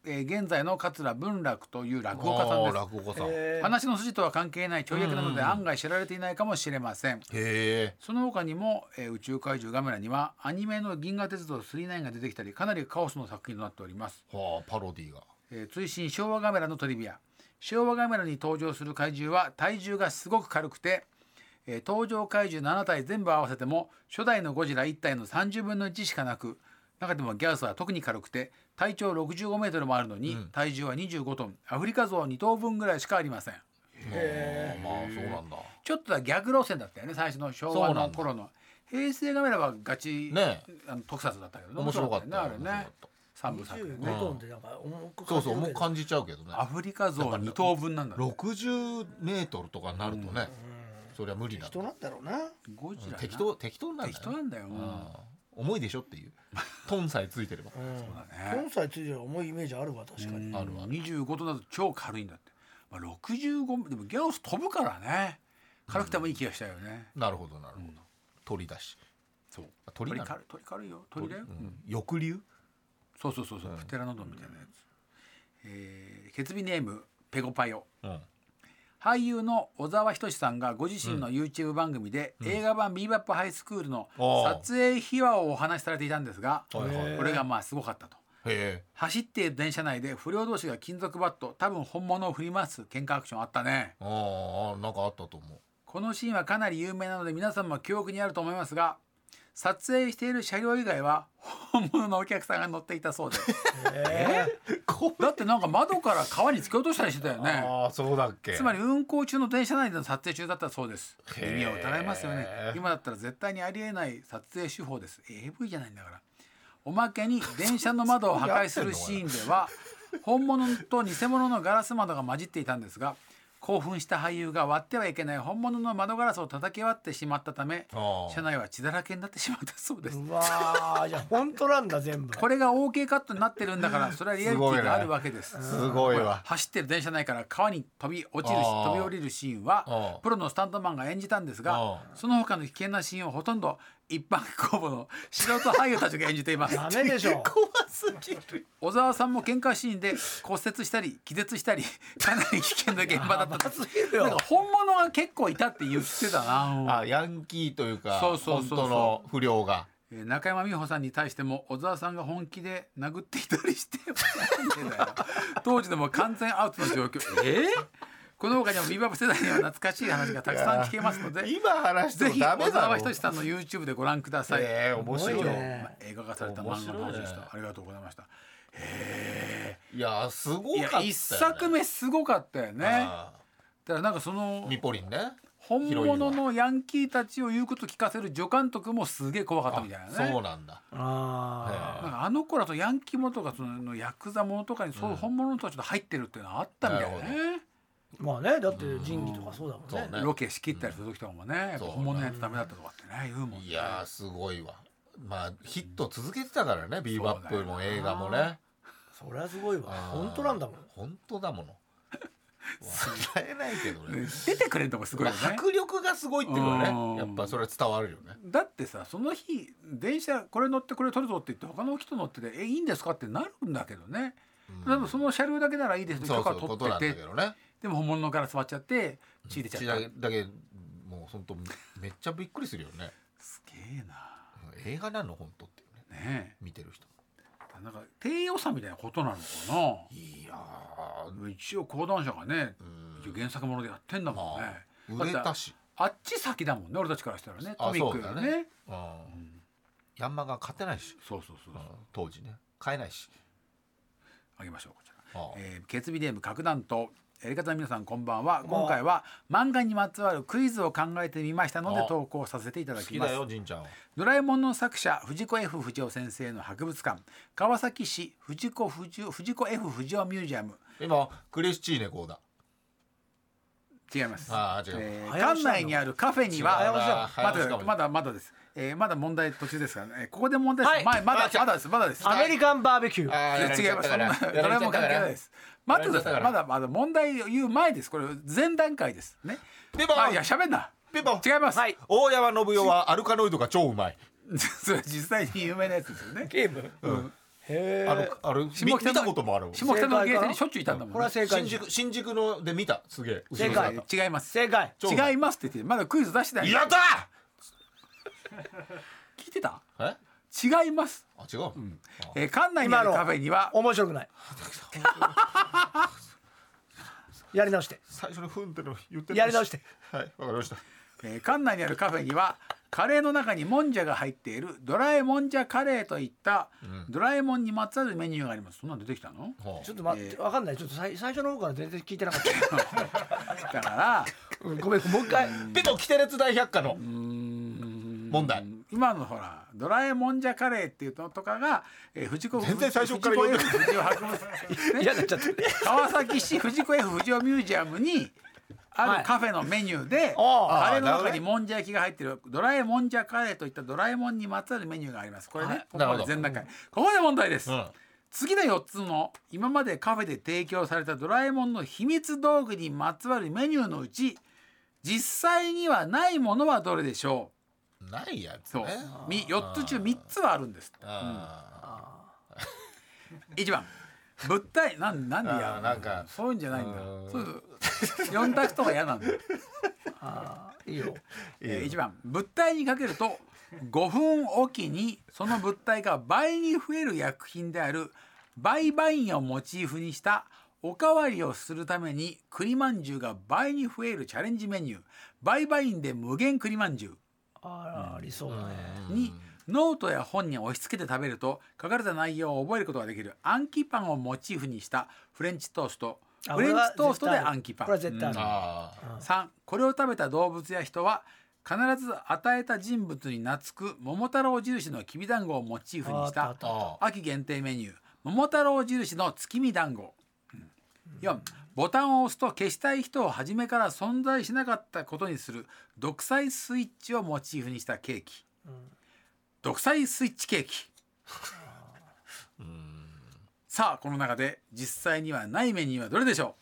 えー、現在の桂文楽という落語家さんです
落語家さんへ
えー
話の筋とは関係ない跳躍なので案外知られていないかもしれません
え
その他にも、えー宇宙怪獣ガメラにはアニメの銀河鉄道999が出てきたりかなりカオスの作品となっております、
はあパロディーが
えー追伸昭和ガメラのトリビア昭和ガメラに登場する怪獣は体重がすごく軽くて、えー登場怪獣7体全部合わせても初代のゴジラ1体の30分の1しかなく中でもギャウスは特に軽くて体長65メートルもあるのに、体重は25トンアフリカゾウ2頭分ぐらいしかありません
まあそうなんだ
ちょっとは逆路線だったよね最初の昭和
そうな
の
んだ
頃の平成カメラはガチ、
ね
あの特撮だったけどね
面白かった
面白ねあれ
面
ね
白かっ
三部作でね
25トンってなんか重く
たそうそう重
る
く
けど
感じちゃうけどね
アフリカ像2等分なんだね
60メートルとかになるとね、そりゃ無理だ
人なんだろうな
ゴジラな
適当適当なんだ
適当なんだよ、
う
もうん
重いでしょっていうトンさえついてれば
ね
4歳ついてる重いイメージあるわ確かに
あるある
25トンだと超軽いんだって、まあ、65でもギャオス飛ぶからね軽くてもいい気がしたよね、
なるほどなるほど、鳥だし
そう
鳥
鳥
なの
軽い鳥軽いよ鳥だよ、
うん抑留
そうそうそうそう、プテラノドンみたいなやつ、えー、ケツビネームペゴパヨ
うん
俳優の小沢仁志さんがご自身の YouTube 番組で、映画版「ビーバップハイスクール」の
あー
撮影秘話をお話しされていたんですがこ
はいはい
れがまあすごかったと
へ
走っている電車内で不良同士が金属バット多分本物を振り回す喧嘩アクションあったね
えああなんかあったと思う
このシーンはかなり有名なので皆さんも記憶にあると思いますが撮影している車両以外は本物のお客さんが乗っていたそう で
こ
だってなんか窓から川に突き落としたりしてたよね
ああそうだっけ
つまり運行中の電車内での撮影中だったそうです
へー
耳を疑いますよね今だったら絶対にありえない撮影手法です AV じゃないんだからおまけに電車の窓を破壊するシーンで は本物と偽物のガラス窓が混じっていたんですが興奮した俳優が割ってはいけない本物の窓ガラスを叩き割ってしまったため
ああ
車内は血だらけになってしまったそうです
うわーじゃあ本当なんだ全部
これが OK カットになってるんだ からそれはリアリティがあるわけです
すごいわ
走ってる電車内から川に飛び落ちるし
あー
飛び降りるシーンは
あー
プロのスタントマンが演じたんですが
あ
その他の危険なシーンをほとんど一般公募の素人俳優たちが演じています
ダメでしょ
怖すぎる
小沢さんも喧嘩シーンで骨折したり気絶したりかなり危険な現場だったと
よ
なんか本物が結構いたって言ってたな
あヤンキーというか
そうそうそうそう
本当の不良が
えー中山美穂さんに対しても小沢さんが本気で殴っていたりしてなんでだよ当時でも完全アウトの状況えーこの他にもビバップ世代には懐かしい話がたくさん聞けますので
今話して
ぜ
も
ひ
ダ
小
メだ
沢
ろ
仁志さんの YouTube でご覧ください。
ええ面白い
以上
ね
まあ映画化された漫画の話でした。
面白いね
ありがとうございました。
いやすご
い
かった
や
よね
一作目すごかったよね。だか
あ
らなんかそ
あ
の
ミポリンね
本物
ヒロイン
のヤンキーたちを言うこと聞かせる助監督もすげえ怖かったみたいなね。
そうなんだ
あ
なんかあの頃だとヤンキーものとかそのヤクザものとかにそういう本物の人たちが入ってるっていうのはあったみたいな
な
ね
る、
ーまあねだって仁義とかそうだもん
そう
ね
ね
ロケ仕切ったりする時とかもね、やっぱ
そう
本物のやつダメだったとかってね言うもんね
いやーすごいわまあヒット続けてたからねビーバップも映画も
そうだよ
ね
そりゃすごいわ本当なんだもん
本当だ もの笑えないけどね
ね出てくれるとこすごい
ま
よ
あ
ね、
迫力がすごいっていうのは
うん
ねやっぱそれは伝わるよね
だってさその日電車これ乗ってこれ取るぞって言って他の人乗ってて「えいいんですか?」ってなるんだけどね、でもその車両だけならいいですね
そ
許
うそ
可
うこと
取
な
っ
んだ
て
け
て
どね
でも本物のガラス割っちゃって血出ちゃ
血
った、
だけだけもう本当めっちゃびっくりするよね
すげえな
うん映画なの本当っていうね
ね
見てる人も
えなんか低予算みたいなことなのかない
や
でも一応講談社がね、
ん
一応原作ものでやってんだもんね、
ー売れたし
だってあっち先だもんね俺たちからしたらね
あ
コミックが
そうだ
ね
ーヤンマが勝てないし
そうそうそうそう
うん当時ね買えないし
あげましょうこちら
あー
えー、ケツビデーム核弾とやり方の皆さんこんばんは今回は漫画にまつわるクイズを考えてみましたので
あ
投稿させていただ
好
き
き
ま
だ
す
よじんちゃんは
ドラえもんの作者藤子 F 不二雄先生の博物館川崎市藤子不二雄藤子 F 不二雄ミュージアム
今クリスチーネこうだ
違います
あー違う
えー
早押
館
しなの
内にあるカフェには
違うな
ま
早押しか
だ
も
まだまだです、えー、まだ問題途中ですからねえーここで問題です、
は
前まだ
あ違う
まだですまだです
アメリカンバーベキュー
あ
いや違います。そんなドラえもん関係ないです。待ってください。まだまだ問題を言う前です。これ前段階ですね。
でも
あいや喋んな。
ピンポン
違います。
はい
大山信代はアルカノイドが超うまい
それ実際に有名なやつですよね。
ゲームへ
あ
え
のあれ見
下
見
北の
たこともある
下北のゲーセンにしょっちゅういたんだも
これ
ん
は
ね。
正解
新宿新宿ので見たすげえ
正解
後ろ姿
違います。
正解
超うま
違いますって言ってまだクイズ出してない。
やった
聞いてた？
ーえ
違います。
あ違う、
えー館内にあるカフェには
面白く ないやり直して
最初のふんっての言って
やり直して
はいわかりました
えー館内にあるカフェにはカレーの中にもんじゃが入っているドラえもんじゃカレーといったドラえもんにまつわるメニューがあります。そんなん出てきたの？
は
ちょっと待ってわかんないちょっと最最初の方から全然聞いてなかった
だか ら
うんごめんもう一回
あでもキテレツ大百科の問題
今のほらドラえもんじゃカレーっていうのとかが、えー藤子
全然最初から読んで
藤子 F 不二雄博物館ね
嫌になっちゃって
川崎市藤子 F 不二雄ミュージアムにあるカフェのメニューで、
ああ
カレーの
なるほど
中
ね
にもんじゃ焼きが入ってるドラえもんじゃカレーといったドラえもんにまつわるメニューがありますこれね、ここ
なる
ま
ほ
で
ど
全段階ここで問題です、
うん
次の4つの今までカフェで提供されたドラえもんの秘密道具にまつわるメニューのうち実際にはないものはどれでしょ
ないや
う
つ
そう
ね。
み4つ中3つはあるんです
あ
1番物体なんなんでや
あーなんか
そういうんじゃないんだ
うん
そう4択とか嫌なんだ
いいよ
えー1番物体にかけると5分おきにその物体が倍に増える薬品である倍倍をモチーフにしたおかわりをするために栗まんじゅうが倍に増えるチャレンジメニュー倍倍で無限栗まんじゅう
あらありそうだね
にノートや本に押し付けて食べると書かれた内容を覚えることができるアンキパンをモチーフにしたフレンチトースト
あ
フレンチトーストでアンキパン
これは絶対あ
ー
る
あ
3これを食べた動物や人は必ず与えた人物に懐く桃太郎印のきびだんごをモチーフにし
ああ
た
った
ー。あ
秋限定メニュー桃太郎印の月見だんご、うん、4ボタンを押すと消したい人を初めから存在しなかったことにする独裁スイッチをモチーフにしたケーキ、独裁スイッチケーキさあこの中で実際にはないメニューはどれでしょ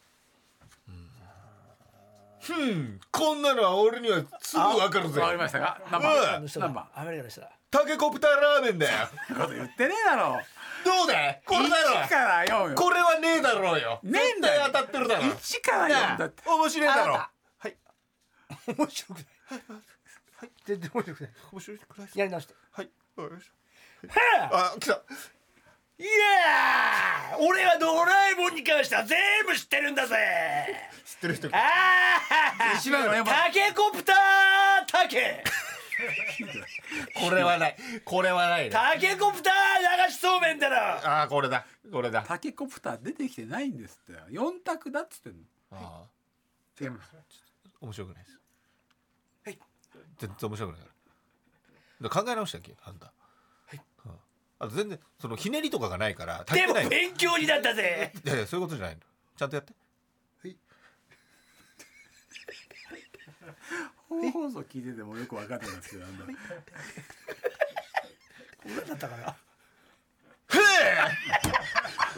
ーふんこんなのは俺にはすぐわかる
う
ぜ
わかりましたか何
あの
番
人
何
だ
番
アメリカの人だ
タケコプターラーメンだ よ
こと言ってねえだろう
どうだこれだ
1から4よ
ろこれはねえだろうよ
ねえん
絶
だ
対
よ
当たってるだろ
1から4だって
面白いだろ
あな
はい
面白くない 全然面白くない
面白くないです
やり直して
はいわかりました
はあ
あ来た
いやー俺はドラえもんに関しては全部知ってるんだぜ
知ってる人
ああ
一番の4番
タケコプタータケ
これはないこれはないね
タケコプター流しそうめんだろ
ああこれだこれだ
タケコプター出てきてないんですって4択だっつってんの
あ
違います
ー面白くないですはい全然面白くないからだから考え直したっけあんたはいあと全然そのひねりとかがないから足り
で
て
も
ないのい
勉強になったぜ
やいやそういうことじゃないのちゃんとやって
本放送聞いててもよく分かってますけどな んだ
だったかな
ふえ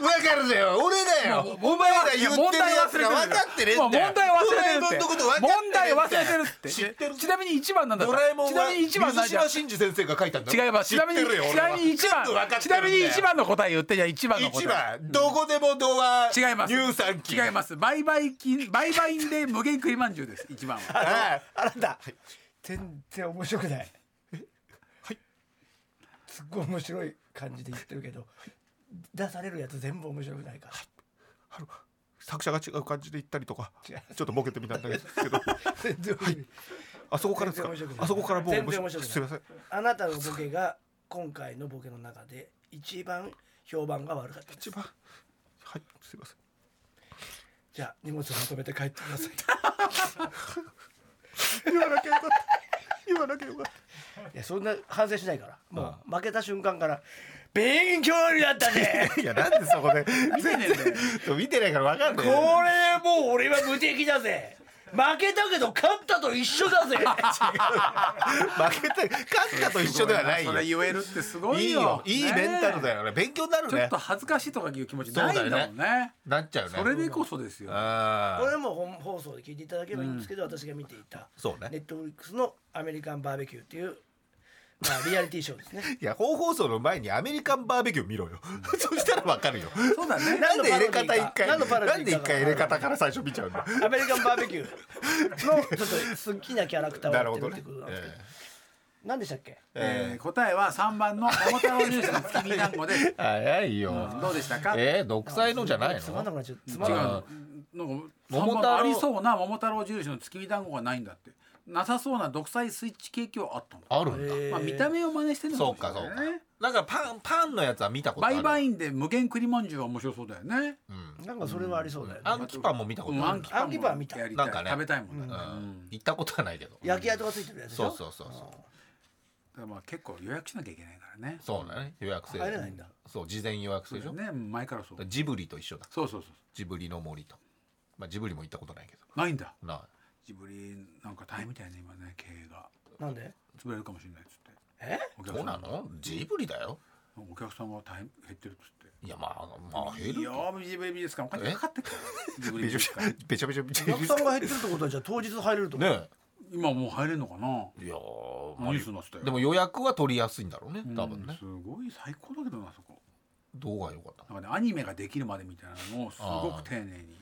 わかるぜよ俺だよお前ら言ってるやつが分かってねえんだよ
もう問題忘れてる
ドラえもん
って
のこと分かってねえ
問
んだ
題
よ
忘れてるって
知ってる
ちなみに1番なんだっ
ド
た
ラえもん
ち
は
なみに1番なん
水
じゃ
島真司先生が書いたんだ
違えば
知
ち
っ
なみ
て
に
るよ
ち
俺
な
は
みに1
全部分か
番
って
ち
るん
な
だ
み
よ
に1番の答え言ってじゃあ1番の答
一
え
番どこでもドア
違います
乳酸菌
違いますバイバイ金バイバイで無限栗まんじゅうです1番は
あ
あなた全然面白くないすっごい面白い感じで言ってるけど出されるやつ全部面白くないから
あの作者が違う感じで言ったりとか
違います
ちょっとボケてみたんだ けど
全然面白くない
あそこからですか
全然面白くない
あそこからもう
全然面白くない
すみません
あなたのボケが今回のボケの中で一番評判が悪かったです
一番はいすみません
じゃあ荷物をまとめて帰ってくだ さい
言わなきゃよかった言わなきゃよかった
いやそんな反省しないからもう負けた瞬間から勉強にな ったぜ
いやなんでそこで
見てねえんだよ
見てないから分かんな
こ
い
れもう俺は無敵だぜ負けたけど勝ったと一緒だぜ
負けて勝ったと一緒ではないよ
それ言えるってすご
い
い
い
よ
よいいメンタルだ
よ
よね勉強になる
ちょ
ね
っと恥ずかしいとかいう気持ちないんだも
そうん
ね
なっちゃうね
それでこそですよ
あ
これ
あ
も本 放送で聞いていただければいいんですけど、私が見ていた
そう
ネ
ね
ットフリックスの「アメリカンバーベキュー」っていう、まあ、リアリティショーですね
いや本放送の前にアメリカンバーベキュー見ろよ そしたらわ かるよ
そうだ ね
なんで入れ方一回
何のパロディーか
なんで一回入れ方から最初見ちゃうんだ
アメリカンバーベキューのちょっと好きなキャラクターを
な
や
る
っ
ほ
てるっ
ど
て
ね
ことなんですけど、
え
何でしたっけ
えー答えは3番の桃太郎ニュースの月見団子です
え早いよ
どうでしたか
えー独裁のじゃない
つまんなく
の
なっちゃうつ
違
ま
うん
なくなっちゃう
のなんか
桃
桃
太郎
ありそうな桃太郎印の月見団子がないんだってなさそうな独裁スイッチケーキはあったんだ、
あるんだ
えー
まあ、見た目を真似してるの
そ
も
う
しれ
か
な
そ
いうね
かなんかパンパンのやつは見たことあ
バ
る
イバインで無限栗まんじゅうは面白そうだよね
うん
なんかそれはありそうだよね
アンキパンも見たこ
うん
とある
アンキパンは見た
やりたい
なんかね
食べたいもんね、う
う
ん
ん行ったことはないけど
焼き跡がついてるやつでし
そ
ょ
うそうそうそう
だからまあ結構予約しなきゃいけないからね
そうだね予約制
入れないんだ
そう事前予約制
そうだ
でしょ、
よね前からそ
だか
う
らジブリと一緒だ
そうそうそ
ジブリの森とまあジブリも行ったことないけ
うないんだ
どな
ジブリなんか大変みたいね今ね経営が
なんで
潰れるかもしれないっつって
え
お
あ
客
そ
さ
うんな
が
のジブリだよ
お客さんが大変減ってるっつって
いやまあまあ減
い
る
やージブリ美術館お金
え
かかってっ からジブリ
べ
美
ちゃ
術
べちゃ
館
べちゃべちゃべちゃ
お客さんが減ってるってことはじゃあ当日入れると
ね
今もう入れんのかな
えいやーまあ
ニュースになってたよ
でも予約は取りやすいんだろうね
うん
多分ね
すごい最高だけどなそこ
どうが良かった
な
の
んかねアニメができるまでみたいなのをすごく丁寧に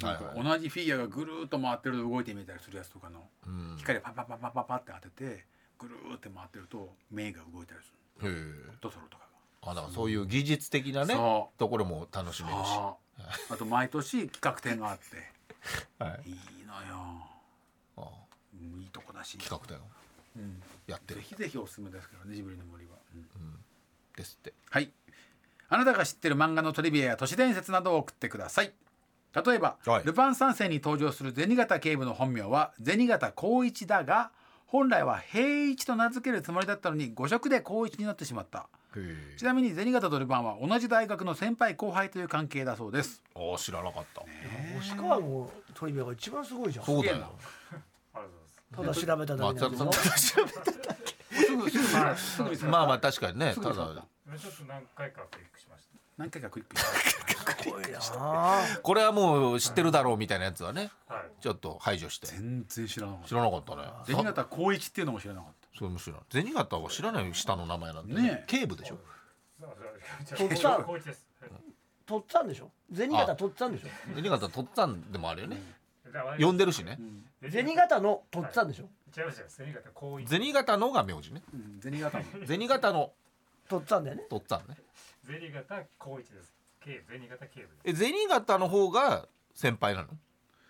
なんか
はいは
同じフィギュアがぐるーっと回ってると動いてみたりするやつとかの
うんへ
光パパパパパパって当ててぐるーって回ってると目が動いたりする
え
ドトロとか
あだからそういう技術的なね
そ
ところも楽しめ
が
るし
ああと毎年企画展があって
はい
いいのよ
ああ
うんいいとこだし、
企画だよ
うん
やって
ぜ
る
ひぜひおすすめですからねジブリの森は、うん
ですって
はいあなたが知ってる漫画のトリビアや都市伝説などを送ってください例えば、
はい
ルパン三世に登場する銭形警部の本名は銭形光一だが本来は平一と名付けるつもりだったのに誤色で光一になってしまった
へ
ち
え
なみに銭形とルパンは同じ大学の先輩後輩という関係だそうです
ああ知らなかった
星川のトリビアが一番すごいじゃん
そうだ
すげえ
よ
な
ありがとうございます。
ただ調べただけ
松
なんで
田
す
さ
よ
んも
すぐすぐ見つかったすぐ見つかった
まあまあ確かにね
すぐ
た
見つかっ
だ
た
ちょっと何回かクリックしました。
何回かクリックした
かっこいいなあ
これはもう知ってるだろうみたいなやつはね
はい。
ちょっと排除して
全然知らなかっ
知らなかったね
た銭形光一っていうのも知らなかっ
それも知らない銭形は知らないよ下の名前なんて
ねえ
警部でしょ
こ
こっちだ
こっちです。
取ったんでしょ銭形取ったんでしょ
銭形とっつぁんでもあれよね呼
呼
んでるしね
銭形の取ったんでしょ
違いますよ。銭形こうい
銭形のが名字ね
たうん銭形も
銭形の
取ったんだよね
とっつぁんね
銭形こういちです。K 銭形警部で
え銭形の方が先輩なの
す。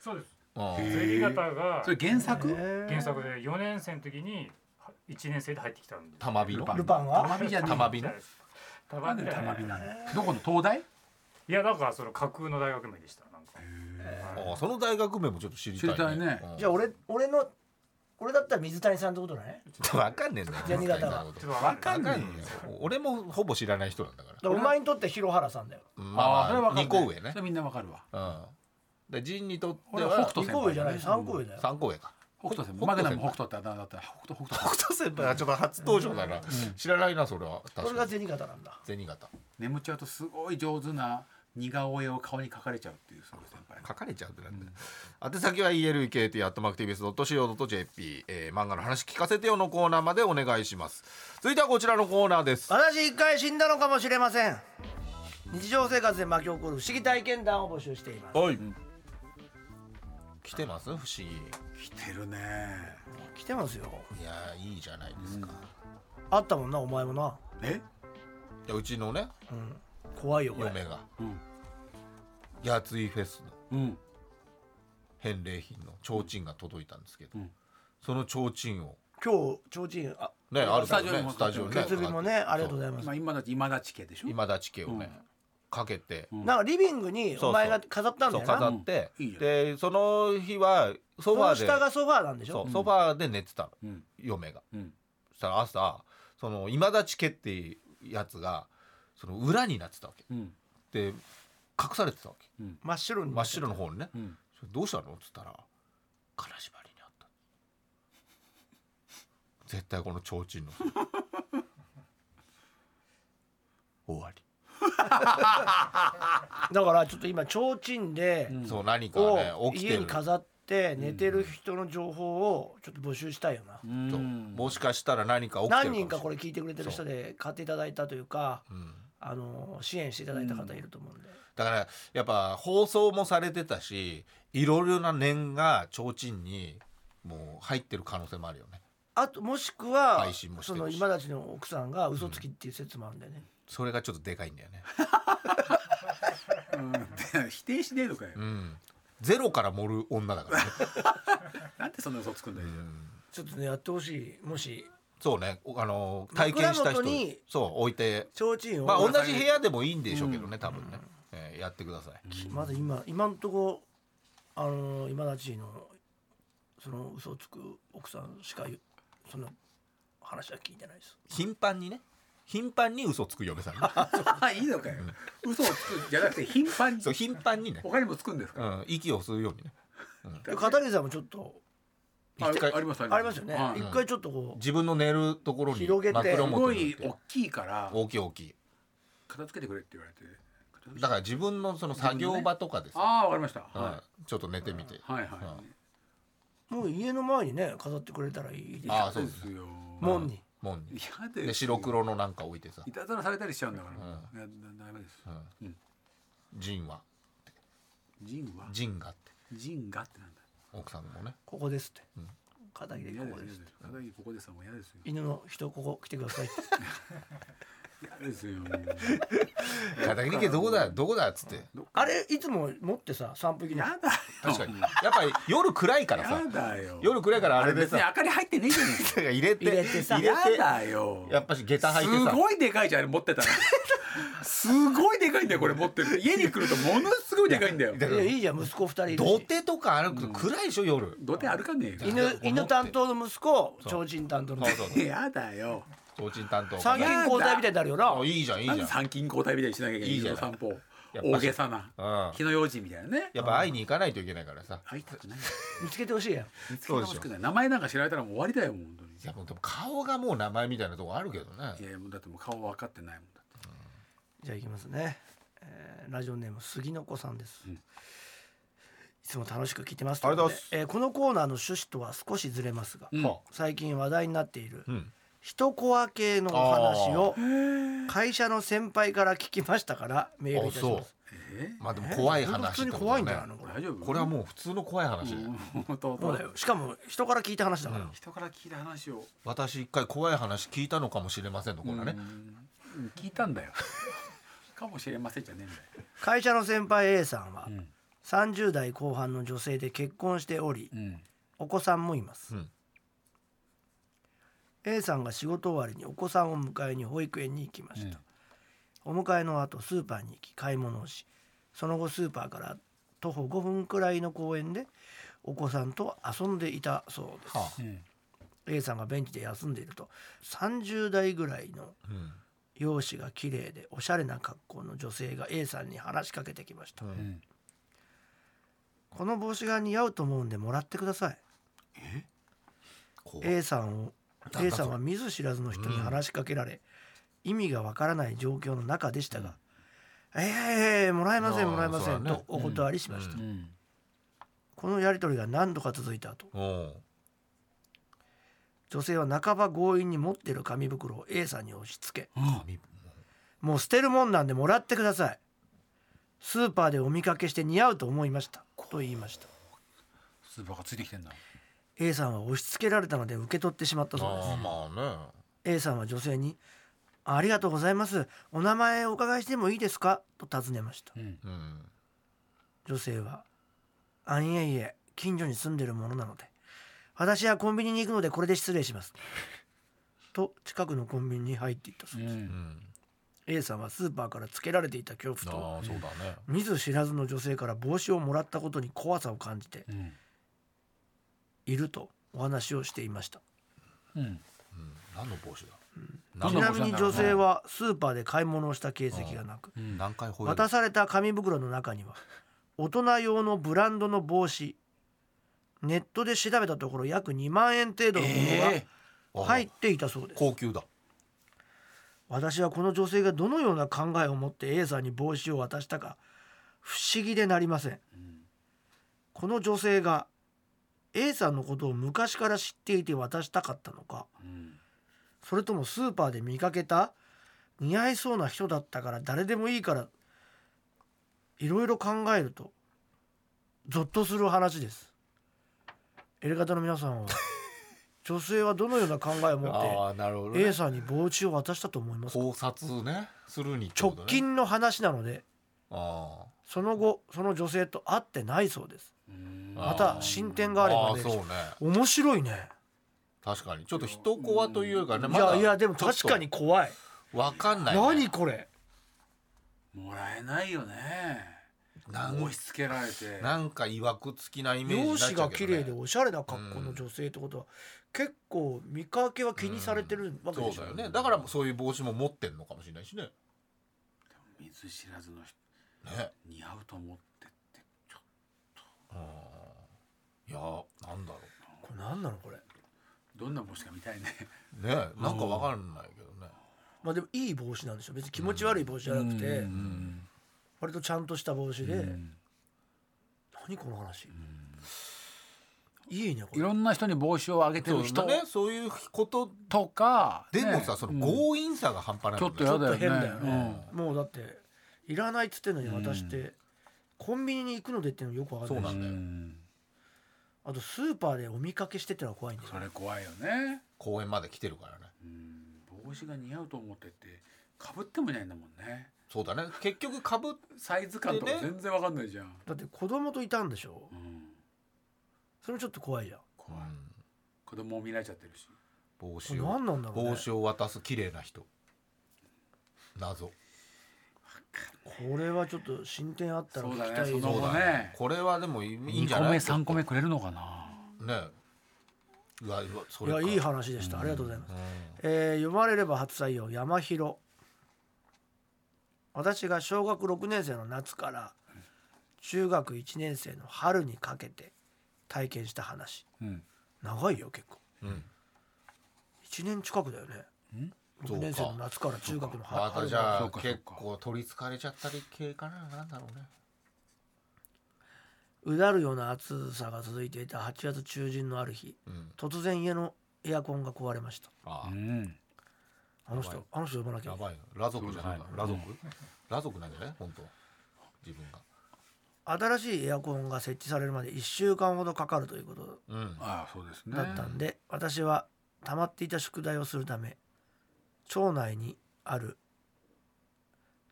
そうです。
あ
へ
ー
え
銭形が
それ原作
原作で四年生の時には一年生で入ってきたんで。
玉火の
ルパンは
玉美じゃねえ
玉美ね
た
な
ま
ん
び
で
だ
玉
ね
美なのどこの東大
いやなんかその架空の大学名でした。なんか。
あーその大学名もちょっと知りたいね
知りたいね
うん
じゃあ俺俺の俺だったら水谷さんってことだね
わかんねえんだよ
銭形は
わ
ちょっとわ
か
か
ん
ん
ね
な
え
い
よ俺もほぼ知らない人なんだから
だからお前にとって広原さんだよ
まあ、まあ、
わかる
2個上ね
それみんなわかるわ
うんで仁にとって
俺は
は
北斗
2
先
個上
輩
じゃない3個上だよ
3個上か
北斗先輩
北斗先輩
マグナム北斗ってあだ名だったら北斗北
北
斗
斗先輩はちょっと初登場だな、知らないなそれは
こ
確
れ
か
が
に
銭形なんだ
銭形
眠っちゃうとすごい上手な似顔絵を顔に描かれちゃうっていうその先輩
書かれちゃうってなんで、宛先は elkt.mactvs.co.jp、えー、漫画の話聞かせてよのコーナーまでお願いします続いてはこちらのコーナーです
私一回死んだのかもしれません日常生活で巻き起こる不思議体験談を募集しています
はい、来てます不思議
来てるね
来てますよ
いやーいいじゃないですか、
あったもんなお前もな
え
いやうちのね
怖いよこれ
嫁が
うん
やついフェスの
うん
返礼品の提灯が届いたんですけど、
うん
その提灯を
今日提灯あ
ねある
スタ
か
ジ
ら
オに
ね
も
スタジオにね
設備もねありがとうございます、
まあ今だって今立ち系でしょ
今立ち家をね、かけて、
なんかリビングにお前が飾ったんだ
そう
よな
飾って、
うんいいじゃん
でその日はソファー
そ
で
の下がソファーなんでし
そ
ょ
うソファーで寝てたの、
うん
嫁が
うん
そしたら朝その今立ち家っていうやつがその裏になってたわけ
うん
で隠されてたわけ
真っ白に
真っ白の方にね、
うん
それどうしたのっつったら金縛りにあった絶対この提灯の 終わり、
だからちょっと今提灯で、
そう何かね
を
起きて
家に
る
飾って寝てる人の情報をちょっと募集したいよな、
うん
そうもしかしたら何か起きてる
何人かこ
れ、
れ聞いてくれてる人で買っていただいたというか
うん、
あの支援していただいた方いると思うんで、
だからやっぱ放送もされてたしいろいろな念が提灯にもう入ってる可能性もあるよね
あともしくは
配信もして
そ
るし
の今立ちの奥さんが嘘つきっていう説もあるんだよね、
それがちょっとでかいんだよね、
うん で否定しねえのかよ
うん、ゼロから盛る女だからね、
なんでそんな嘘つくんだよ
うん
ちょっとねやってほしいもし
そうねおあの体験した人
枕元に
そう置いて
提灯を、
まあ
ま
同じ部屋でもいいんでしょうけどね、多分ね、えーやってください、
ず今今んとこあの今立ちのその嘘つく奥さんしか言うその話は聞いてないです
頻繁にね頻繁に嘘つく嫁さん ね
あいいのかよ嘘をつくじゃなくて頻繁に
そう頻繁にね、
他にもつくんです
う
か
ん、息をするようにね
え片桐さんもちょっと
あ
一回
あります
ありますよね
はい
一回ちょっとこう
自分の寝るところに
広げて
枕
す
元
ご
に置い
い
て
大きいから
大きい大きい
片付けてくれって言われて片付け
だから自分のその作業場とかです、
ああわかりました
は、
はい
ちょっと寝てみて、
いはい
は
はい
もう家の前にね飾ってくれたらいいでしょ
ああ
そ
そうう
で
です
すよ
門に
もんに
嫌ですよ
で白黒のなんか置いてさ
いたずらされたりしちゃうんだから
う
いやだダメです
「う
うん
ん、ジンは
ジンは
ジンが」って
ジンがってなんだ
奥さんもね
ここですって
うん
片
嫌です嫌
桐ここ
で
です
す片桐ここですもう嫌ですよ
犬の人ここ来てくださいって
嫌ですよ
「片桐家どこだどこだ」っつって
あれいつも持ってさ散歩行きに
嫌だよ
確かにやっぱり夜暗いからさ
嫌だよ
夜暗いからあ
あ
れ
れ
で
別に
さ
明かり入ってねえじゃねえか
入れて
入れてさ
入れ
や
て
だよ。
やっぱし下駄履いて
す
さ
ごいでかいじゃん、あれ持ってたら。すごいでかいんだよ、これ持ってる。家に来るとものすごいでかいんだよ。
だ
い
から
やいいじゃん息子二人いる
土
し
手とか歩くと暗いでしょ夜、
土手歩かねえよ。
犬犬担当の息子提灯担当の
そうそうそう
やだよ。
提灯担当
参
が
勤交代みたいになるよな
あいいじゃんいい
なん
じ
で
ゃん
参勤交代みたいにしなきゃいけない
いい
犬
じゃ
の
ん
散歩を
やっぱし
大げさな。
うん
火の用心みたいなね。
やっぱ会いに行かないといけないからさ
会いたくない。
見つけてほしいやん
見つけてほしくない。名前なんか知られたらもう終わりだよ、もう本当に。
いやもうでも顔がもう名前みたいなとこあるけどね
いや、もうだってもう顔分かってないもんだって。
じゃあ行きますね、えーラジオネーム杉の子さんです、
うん
いつも楽しく聞いてます
ありがとうございます
ということでえーこのコーナーの趣旨とは少しずれますが、
うん
は
最近話題になっている
うん
人コア系のお話を会社の先輩から聞きましたからメールいたします
え
まあでも怖い話
普通に怖いんだよあの
ー
こ
大丈夫
これはもう普通の怖い話で
うん本当
れそうだよしかも人から聞いた話だから、
うん
人から聞いた話を。
私一回怖い話聞いたのかもしれませんとこれはね
うん聞いたんだよかもしれませんじゃね
会社の先輩 A さんは
えんだよ、
30代後半の女性で結婚しており
うんうん、
お子さんもいます、
うん
A さんが仕事終わりにお子さんを迎えに保育園に行きました、
うん
お迎えの後スーパーに行き買い物をしその後スーパーから徒歩5分くらいの公園でお子さんと遊んでいたそうです、
はあ
A さんがベンチで休んでいると30代ぐらいの
うん
容姿が綺麗でおしゃれな格好の女性が A さんに話しかけてきました、
うん
うん
この帽子が似合うと思うんでもらってください
怖い
A さんを
なんだ
A さんは見ず知らずの人に話しかけられ、意味がわからない状況の中でしたが「ええええもらえません
まあ
もらえません」
そうだね
とお断りしました、
うん
うん
このやり取りが何度か続いた後
おう
女性は半ば強引に持ってる紙袋を A さんに押し付け
紙
「もう捨てるもんなんでもらってください」「スーパーでお見かけして似合うと思いました」と言いました
スーパーがついてきてんだ
A さんは押し付けられたので受け取ってしまったそうです
ああまあね
A さんは女性に「ありがとうございますお名前お伺いしてもいいですか?」と尋ねました
うん
うん
女性は「あいえいえ近所に住んでるものなので私はコンビニに行くのでこれで失礼します」と近くのコンビニに入っていったそううです、
うん
A さんはスーパーからつけられていた恐怖と
ああそうだね
見ず知らずの女性から帽子をもらったことに怖さを感じて
うん
いるとお話をしていました
うん
うん何の帽子だ
ど
ち
んな
な
帽子
み
なん
に
だろう
女
ね
性はスーパーで買い物をした形跡がなく
うん
何回ほえ
渡された紙袋の中には大人用のブランドの帽子ネットで調べたところ約2万円程度のも
え
のが入っていたそうです、
高級だ
私はこの女性がどのような考えを持って A さんに帽子を渡したか不思議でなりませんこの女性が A さんのことを昔から知っていて渡したかったのか
うん
それともスーパーで見かけた似合いそうな人だったから誰でもいいからいろいろ考えるとゾッとする話です。エレガタの皆さんは 女性はどのような考えを持っ
あなるほど
て A
ね
さんに帽子を渡したと思いますか
考察ねするにってこ
直
とね
近の話なので
あ
その後その女性と会ってないそうです。
うん
あ
また進展があれ
あ
ば
あ
ね
そうね
面白いね。
確かにちょっと人コアというよりかね
い
まだ
やいやでも確かに怖い。
わかんないね
何これ
もらえないよね
なん
押し付けられて
なんか曰くつきなイメージ
容
になっちゃう
姿が
けど、ね、
綺麗でおしゃれな格好の女性ってことは、結構見かけは気にされてるわけ
そ
で
う
しょ、
だよねだからそういう帽子も持ってんのかもしれないしね
水知らずの人
ね
似合うと思ってってちょっ
うんいやなんだろ
これ何なのこれ
とどんな帽子か見たいね
うねなんかわかんないけどね
まあでもいい帽子なんでしょ別に気持ち悪い帽子じゃなくて、
うん
割とちゃんとした帽子で、
うん
何この話、いいねこ
い
れ
ろんな人に帽子をあげて
そ
る
う
人
ねそういうこと
とか
でも
ね
さその
うん
強引さが半端ない
ちょ
もん
っ
ね
とやだよね
ちょっと変だよ
うん
ねもうだっていらないっつってんのに渡して、コンビニに行くのでっていうのよくわかんないし
そうなんだよ
うん
あとスーパーでお見かけしてってのは怖いんだよ
それ怖いよね、
公園まで来てるからね
うん、帽子が似合うと思ってってかぶってもいないんだもんね
そうだね結局かぶっ
サイズ感とか
でね
全然わかんないじゃん、
だって子供といたんでしょ
うん、
それもちょっと怖いじゃん
怖い子供も見られちゃってるし
帽
こ
子
れ
を
何なんだろうね
帽子を渡す綺麗な人謎
これはちょっと進展あったら
そう
聞き
だね
たい
その
ね
後ね
これはでもいいいいん
2
じゃ
個
ない
目3個目くれるのかな
ねうわうわそ
い
れ
や
か
いい話でした、ありがとうございます、えー読まれれば初採用山広私が小学6年生の夏から中学1年生の春にかけて体験した話
うん
長いよ結構
うん
1年近くだよね
そう
6
か
年生の夏から中学の春
またじゃ
そ
あ
うかそうか
結構取りつかれちゃったり系かななんだろうね
うだるような暑さが続いていた8月中旬のある日
うん
突然家のエアコンが壊れました
あ
う
あ
ん
あの
や
人
ば
あの人呼ばなきゃ
や
いけない
ばいな裸族じゃないの
そうだ
裸
そう
族
だ
裸族なんじゃない本当自分が
新しいエアコンが設置されるまで1週間ほどかかるということ
うん
ああそうですね
だったんで、私は溜まっていた宿題をするため町内にある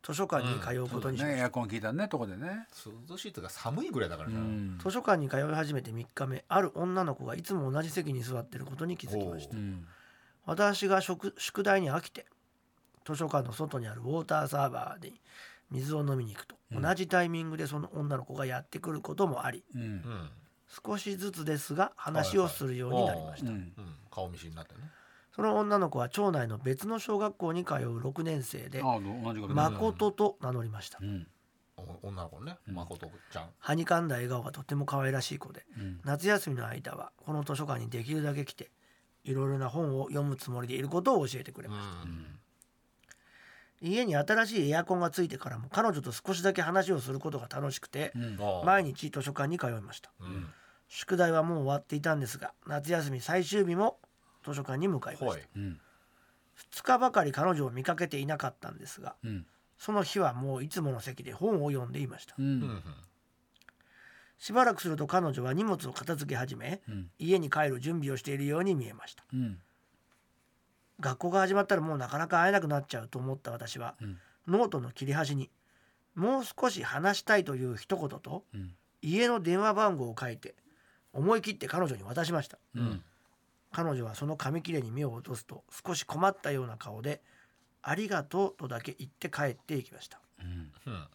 図書館に通うことにしました、
ねエアコン効いたねとこでね
涼しいというか寒いぐらいだから
う
ね
ん
図書館に通い始めて3日目ある女の子がいつも同じ席に座ってることに気づきました
うん
私が宿宿題に飽きて図書館の外にあるウォーターサーバーで水を飲みに行くと、同じタイミングでその女の子がやってくることもあり
うん
うん
少しずつですが話をするようになりました、
うん
うん顔見知りになってね
その女の子は町内の別の小学校に通う6年生で
ああ同じことね
誠と名乗りました、
うん
お女の子ね
うん
誠ちゃん
はにかんだ笑顔がとても可愛らしい子で
うん
夏休みの間はこの図書館にできるだけ来ていろいろな本を読むつもりでいることを教えてくれ
う
ます、
ん
家に新しいエアコンがついてからも彼女と少しだけ話をすることが楽しくて
う、ん
ああ
毎日図書館に通いました
うん
宿題はもう終わっていたんですが夏休み最終日も図書館に向かいま
ほ
し
い
た
うん
2日ばかり彼女を見かけていなかったんですが
うん
その日はもういつもの席で本を読んでいました
う
うんん
しばらくすると彼女は荷物を片付け始め、
うん
家に帰る準備をしているように見えました
うん
学校が始まったらもうなかなか会えなくなっちゃうと思った私は、
うん
ノートの切り端に「もう少し話したい」という一言と
うん
家の電話番号を書いて思い切って彼女に渡しました
うん
彼女はその紙切れに目を落とすと少し困ったような顔で「ありがとう」とだけ言って帰っていきました
うん
うん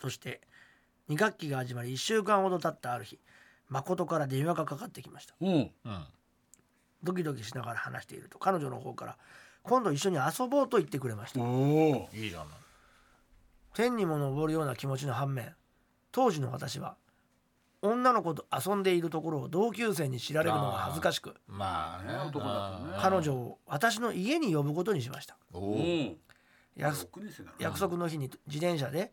そして2学期が始まり1週間ほど経ったある日誠から電話がかかってきました
うん
うん
ドキドキしながら話していると彼女の方から「今度一緒に遊ぼう」と言ってくれました
おお
いいじゃない
天にも昇るような気持ちの反面当時の私は女の子と遊んでいるところを同級生に知られるのが恥ずかしく
まあね
ね男だとね
うん
彼女を私の家に呼ぶことにしました
お
う
お
ん
約
6年生だろ
約束の日に自転車で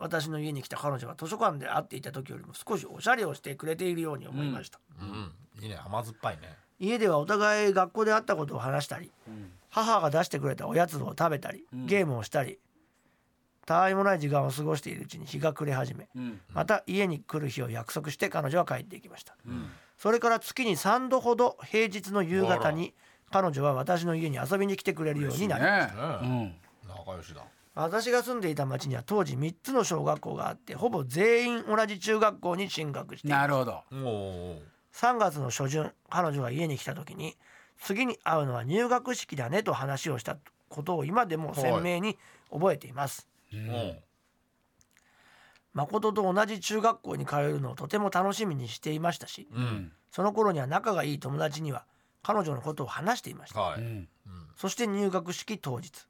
私の家に来た彼女は図書館で会っていた時よりも少しおしゃれをしてくれているように思いました、
うんいいね甘酸っぱいね
家ではお互い学校で会ったことを話したり
うん
母が出してくれたおやつを食べたり
うん
ゲームをしたりたわいもない時間を過ごしているうちに日が暮れ始め
うん
また家に来る日を約束して彼女は帰っていきました
うん
それから月に3度ほど平日の夕方に彼女は私の家に遊びに来てくれるようになり
ね
う
うん
仲良しだ
私が住んでいた町には当時3つの小学校があってほぼ全員同じ中学校に進学している
なるほど
おお
3月の初旬彼女が家に来た時に次に会うのは入学式だねと話をしたことを今でも鮮明に覚えています、
うん
誠と同じ中学校に通うのをとても楽しみにしていましたし
うん
その頃には仲がいい友達には彼女のことを話していました
は
う
い、うん
ん
そして入学式当日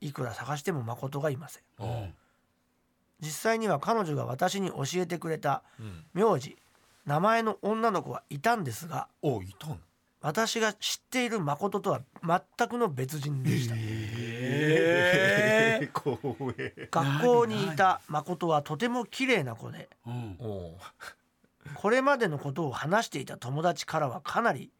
いくら探しても誠がいません
おう
実際には彼女が私に教えてくれた
うん、
名字名前の女の子はいたんですが
おいたん
私が知っている誠とは全くの別人でした、
ええ
光栄
学校にいた誠はとても綺麗な子で
うん
おお
これまでのことを話していた友達からはかなり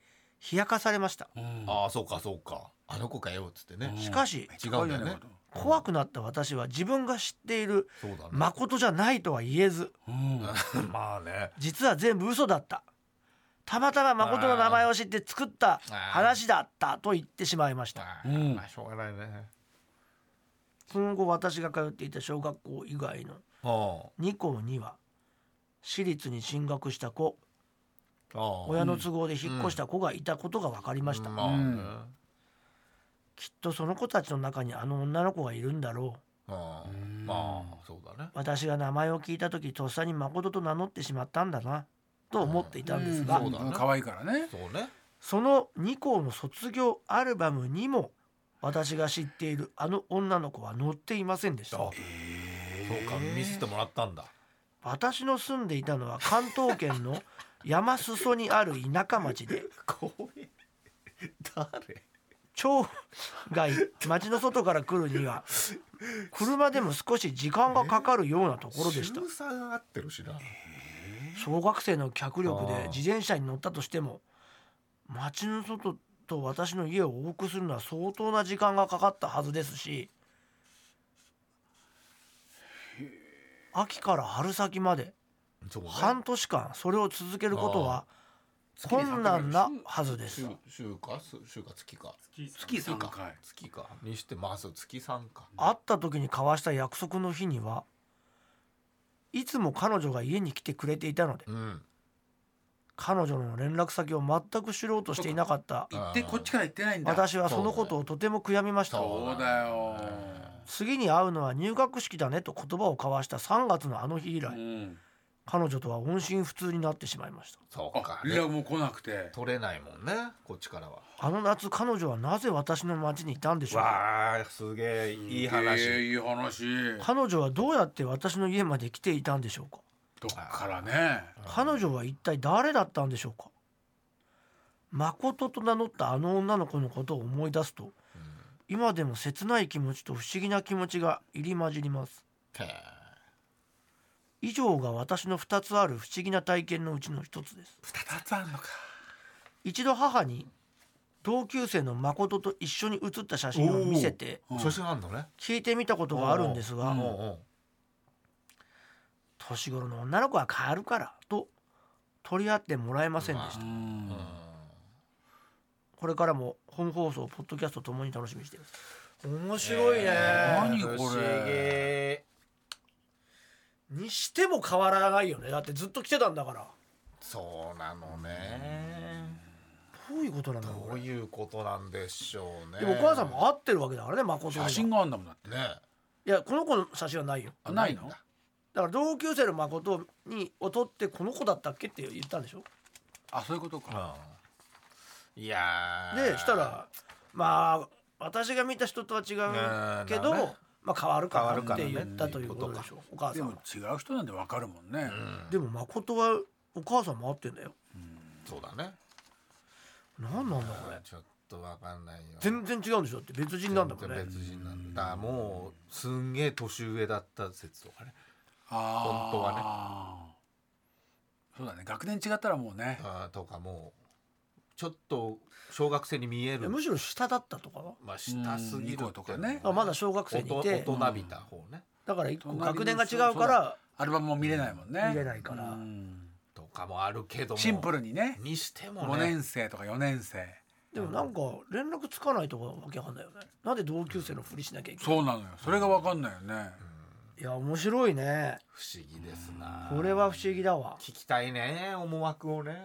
冷やかされました
うん
ああそうかそうかあの子かよっつってね、
うん
しかし
違うんだよね
怖くなった私は自分が知っている
そうだね
誠じゃないとは言えず
うん
まあね
実は全部嘘だったたまたま誠の名前を知って作った話だったと言ってしまいました
あ
うん
ーまあしょうがないね
その後私が通っていた小学校以外の
あ
2校には私立に進学した子
ああ
親の都合で引っ越した子がいたことが分かりました、
まあね
きっとその子たちの中にあの女の子がいるんだろう
ああ
うん
まあそうだね
私が名前を聞いた時とっさに誠と名乗ってしまったんだなと思っていたんですが、
うんそうだね
可愛いからね
そうね
その2校の卒業アルバムにも私が知っているあの女の子は載っていませんでし
あ
た
そうか見せてもらったんだ
私の住んでいたのは関東圏の山裾にある田舎町で
光栄誰
町外町の外から来るには車でも少し時間がかかるようなところでした
中佐が合ってるしな
小学生の脚力
あ
で
ー
自転車に乗ったとしても町の外と私の家を往復するのは相当な時間がかかったはずですし秋から春先まで
そうね
半年間それを続けることは困難なはずです
週週かす週か月か
月さん
月3回
月かにしてまあそう月三か
会った時に交わした約束の日にはいつも彼女が家に来てくれていたので
うん
彼女の連絡先を全く知ろうとしていなかった
行ってこっちから行ってないんだ
私はそのことをとても悔やみました
そうだよ
次に会うのは入学式だねと言葉を交わした3月のあの日以
う
来
ん
彼女とは音信不通になってしまいました
そう
あ
か
連絡も来なくて
取れないもんねこっちからは
あの夏彼女はなぜ私の町にいたんでしょうか
わあすげえいい話、
えーいい話
彼女はどうやって私の家まで来ていたんでしょうか
どっからね
彼女は一体誰だったんでしょうか誠と名乗ったあの女の子のことを思い出すと今でも切ない気持ちと不思議な気持ちが入り混じります
へえ
以上が私の2つある不思議な体験のうちの1つです
二つあんのか
一度母に同級生の誠と一緒に写った写真を見せて
うん
写真あんのね
聞いてみたことがあるんです
う
が
んうん
年頃の女の子は変わるからと取り合ってもらえませんでし
う
た
ん
これからも本放送ポッドキャストともに楽しみにしています面白いね、
何これ
不思議
にしても変わらないよねだってずっと来てたんだから
そうなのね
どういうことなんだろう
ど
こ
う
れ
いうことなんでしょうね
でもお母さんも会ってるわけだからね誠
写真
が
があんだもんだって
ね
いやこの子の写真はないよ
あないの
だから同級生の誠にを撮ってこの子だったっけって言ったんでしょ
あそういうことか
うんいやー
でしたらまあ私が見た人とは違うけど、
うんね
まあ変わるか
変わる
なっ
から
て
ね
言ったということでしょうお母
で
さん
も
は
違う人なんてわかるもんね
うん
でも誠はお母さんも会ってんだよ
そうだね
何なんだこれ
ちょっとわかんないよ
全然違うんでしょだって別人なんだもんね
別人なんだもうすんげえ年上だった説とかね
本
本当
はねそうだね学年違ったらもうね
あーとかもうちょっと小学生に見え
いや
る
むしろ下だったとかは
まあ下すぎる
うん
って
二個と
いう
か
のも
ね
あまだ小学生
大
に
人
い
大
て
人びた方ね
だから一個学年が違うから
アルバムも見れないもんね
見れないから
うん
とかもあるけども
シンプルにね
にしても
5
ね
年生とか4年生
でもなんか連絡つかないとかわけわかんないよねなんで同級生のふりしなきゃいけない
そうなのよそれがわかんないよね
いや面白いね
不思議ですな
これは不思議だわ
聞きたいね思惑をね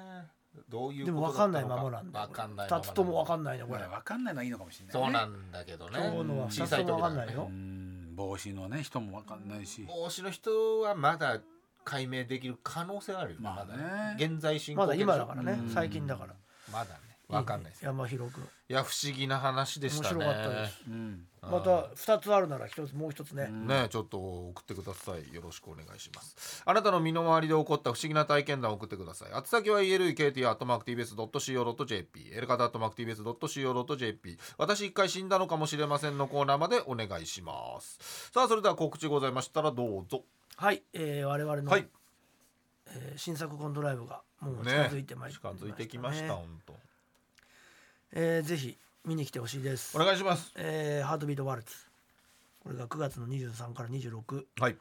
どういう
でも
こ
わ
と
か
だ
ん
っ
ない
たの
ままなんだ
わ
よ
かんない
2つともわか
ない
んないねこ
こ
れ
れわかんないのはいいのかもしれないね
そうなんだけどね
今日のは
小
2
さ
つ
い
とも
時
わかんない
だよ
よ
うん帽子のね人もわかんないし、
帽子の人はまだ解明できる可能性はあるよ、
まあね
まだ現在進行
まだ
形でしょ
今だからね
うん
最近だから
まだねわかんないですよ
山広く
いや不思議な話で
面
したね
白かったです
うん、
また二つあるなら一つもう一つね
ねえちょっと送ってくださいよろしくお願いしますあなたの身の回りで起こった不思議な体験談を送ってください宛先は elkt.mactvs.co.jp エルカタ .mactvs.co.jp 私一回死んだのかもしれませんのコーナーまでお願いしますさあそれでは告知ございましたらどうぞ
はい、えー、我々の、
はい
えー新作コントライブがもう近
ね
づいてまいり
近
ました、ね
づいてきました本
えーぜひ見に来てほしいです
当お願いします
えーハートビートワルツこれが9月の23から26
はい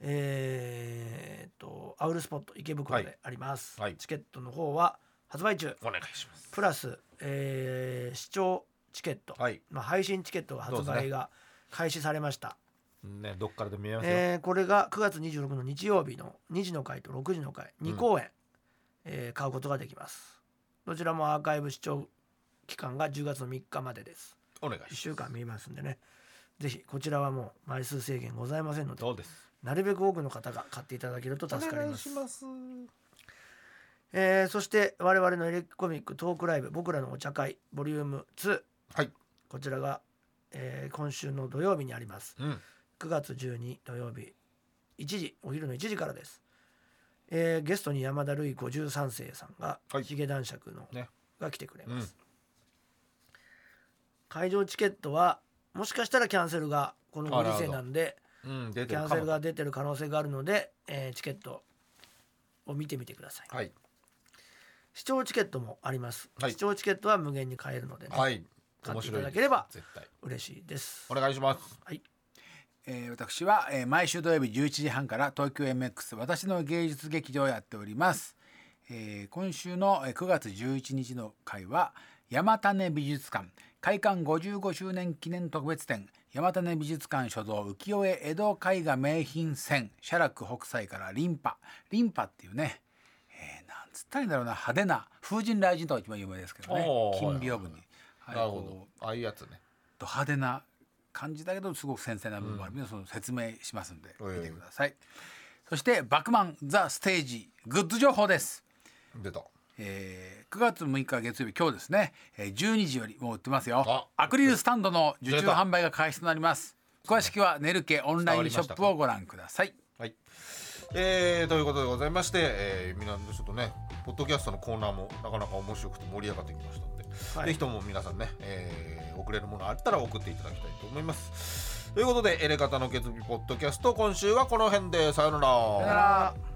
えーっとアウルスポット池袋
はい
であります、
はい
チケットの方は発売中
お願いします
プラス、えー視聴チケット、
はい
まあ、配信チケットが発
そうです
売
ね
が開始されました、
ねどっからでも見えますよ、
えーこれが9月26の日曜日の2時の回と6時の回2公演、えー買うことができますどちらもアーカイブ視聴期間が10月の3日までです
お願い
1
します
週間見れますんでねぜひこちらはもう枚数制限ございませんので
そうです
なるべく多くの方が買っていただけると助かります
ます
えーそして我々のエレコミックトークライブ僕らのお茶会ボリューム2
はい
こちらが、えー今週の土曜日にあります
うん
9月12土曜日1時お昼の1時からです、えーゲストに山田るい53世さんが、
はい
ヒゲ男爵の、
ね
が来てくれます、会場チケットはもしかしたらキャンセルがこのご時世なんで
うん出
キ
て
ャ
る
ンセ
か
ル
も
が出てる可能性があるので、えーチケットを見てみてください、
はい
視聴チケットもあります、
はい
視聴チケットは無限に買えるので、ね
はい
買っ
面
ていた
白
だ
い
ければ
絶対
嬉しいです
お願いします
はい
えー私は、えー毎週土曜日11時半から東京 MX 私の芸術劇場をやっております、えー今週のえー9月11日の会は山種美術館開館55周年記念特別展山種美術館所蔵浮世絵江戸絵画名品選写楽北斎からリンパリンパっていうね、えーなんつったらいいんだろうな派手な風神雷神とか一番有名ですけどね
おー
金屏風に、はい
なる
こう
ほどああいうやつね
ド派手な感じだけどすごく繊細な部分もあるので、その説明しますんで
ええ
見てください、そして「バックマン・ザ・ステージ」グッズ情報です、
出た
えー9月6日月曜日今日ですねえー12時よりもう売ってますよ
あ
アクリルスタンドの受注販売が開始となります詳しくはネルケオンラインショップをご覧ください
はいえー、ということでございまして、えー、皆さんちょっとねポッドキャストのコーナーもなかなか面白くて盛り上がってきましたので、
はい
ぜひとも皆さんね、えー、送れるものあったら送っていただきたいと思いますということでエレカタの決意ポッドキャスト今週はこの辺でさようなら
さよなら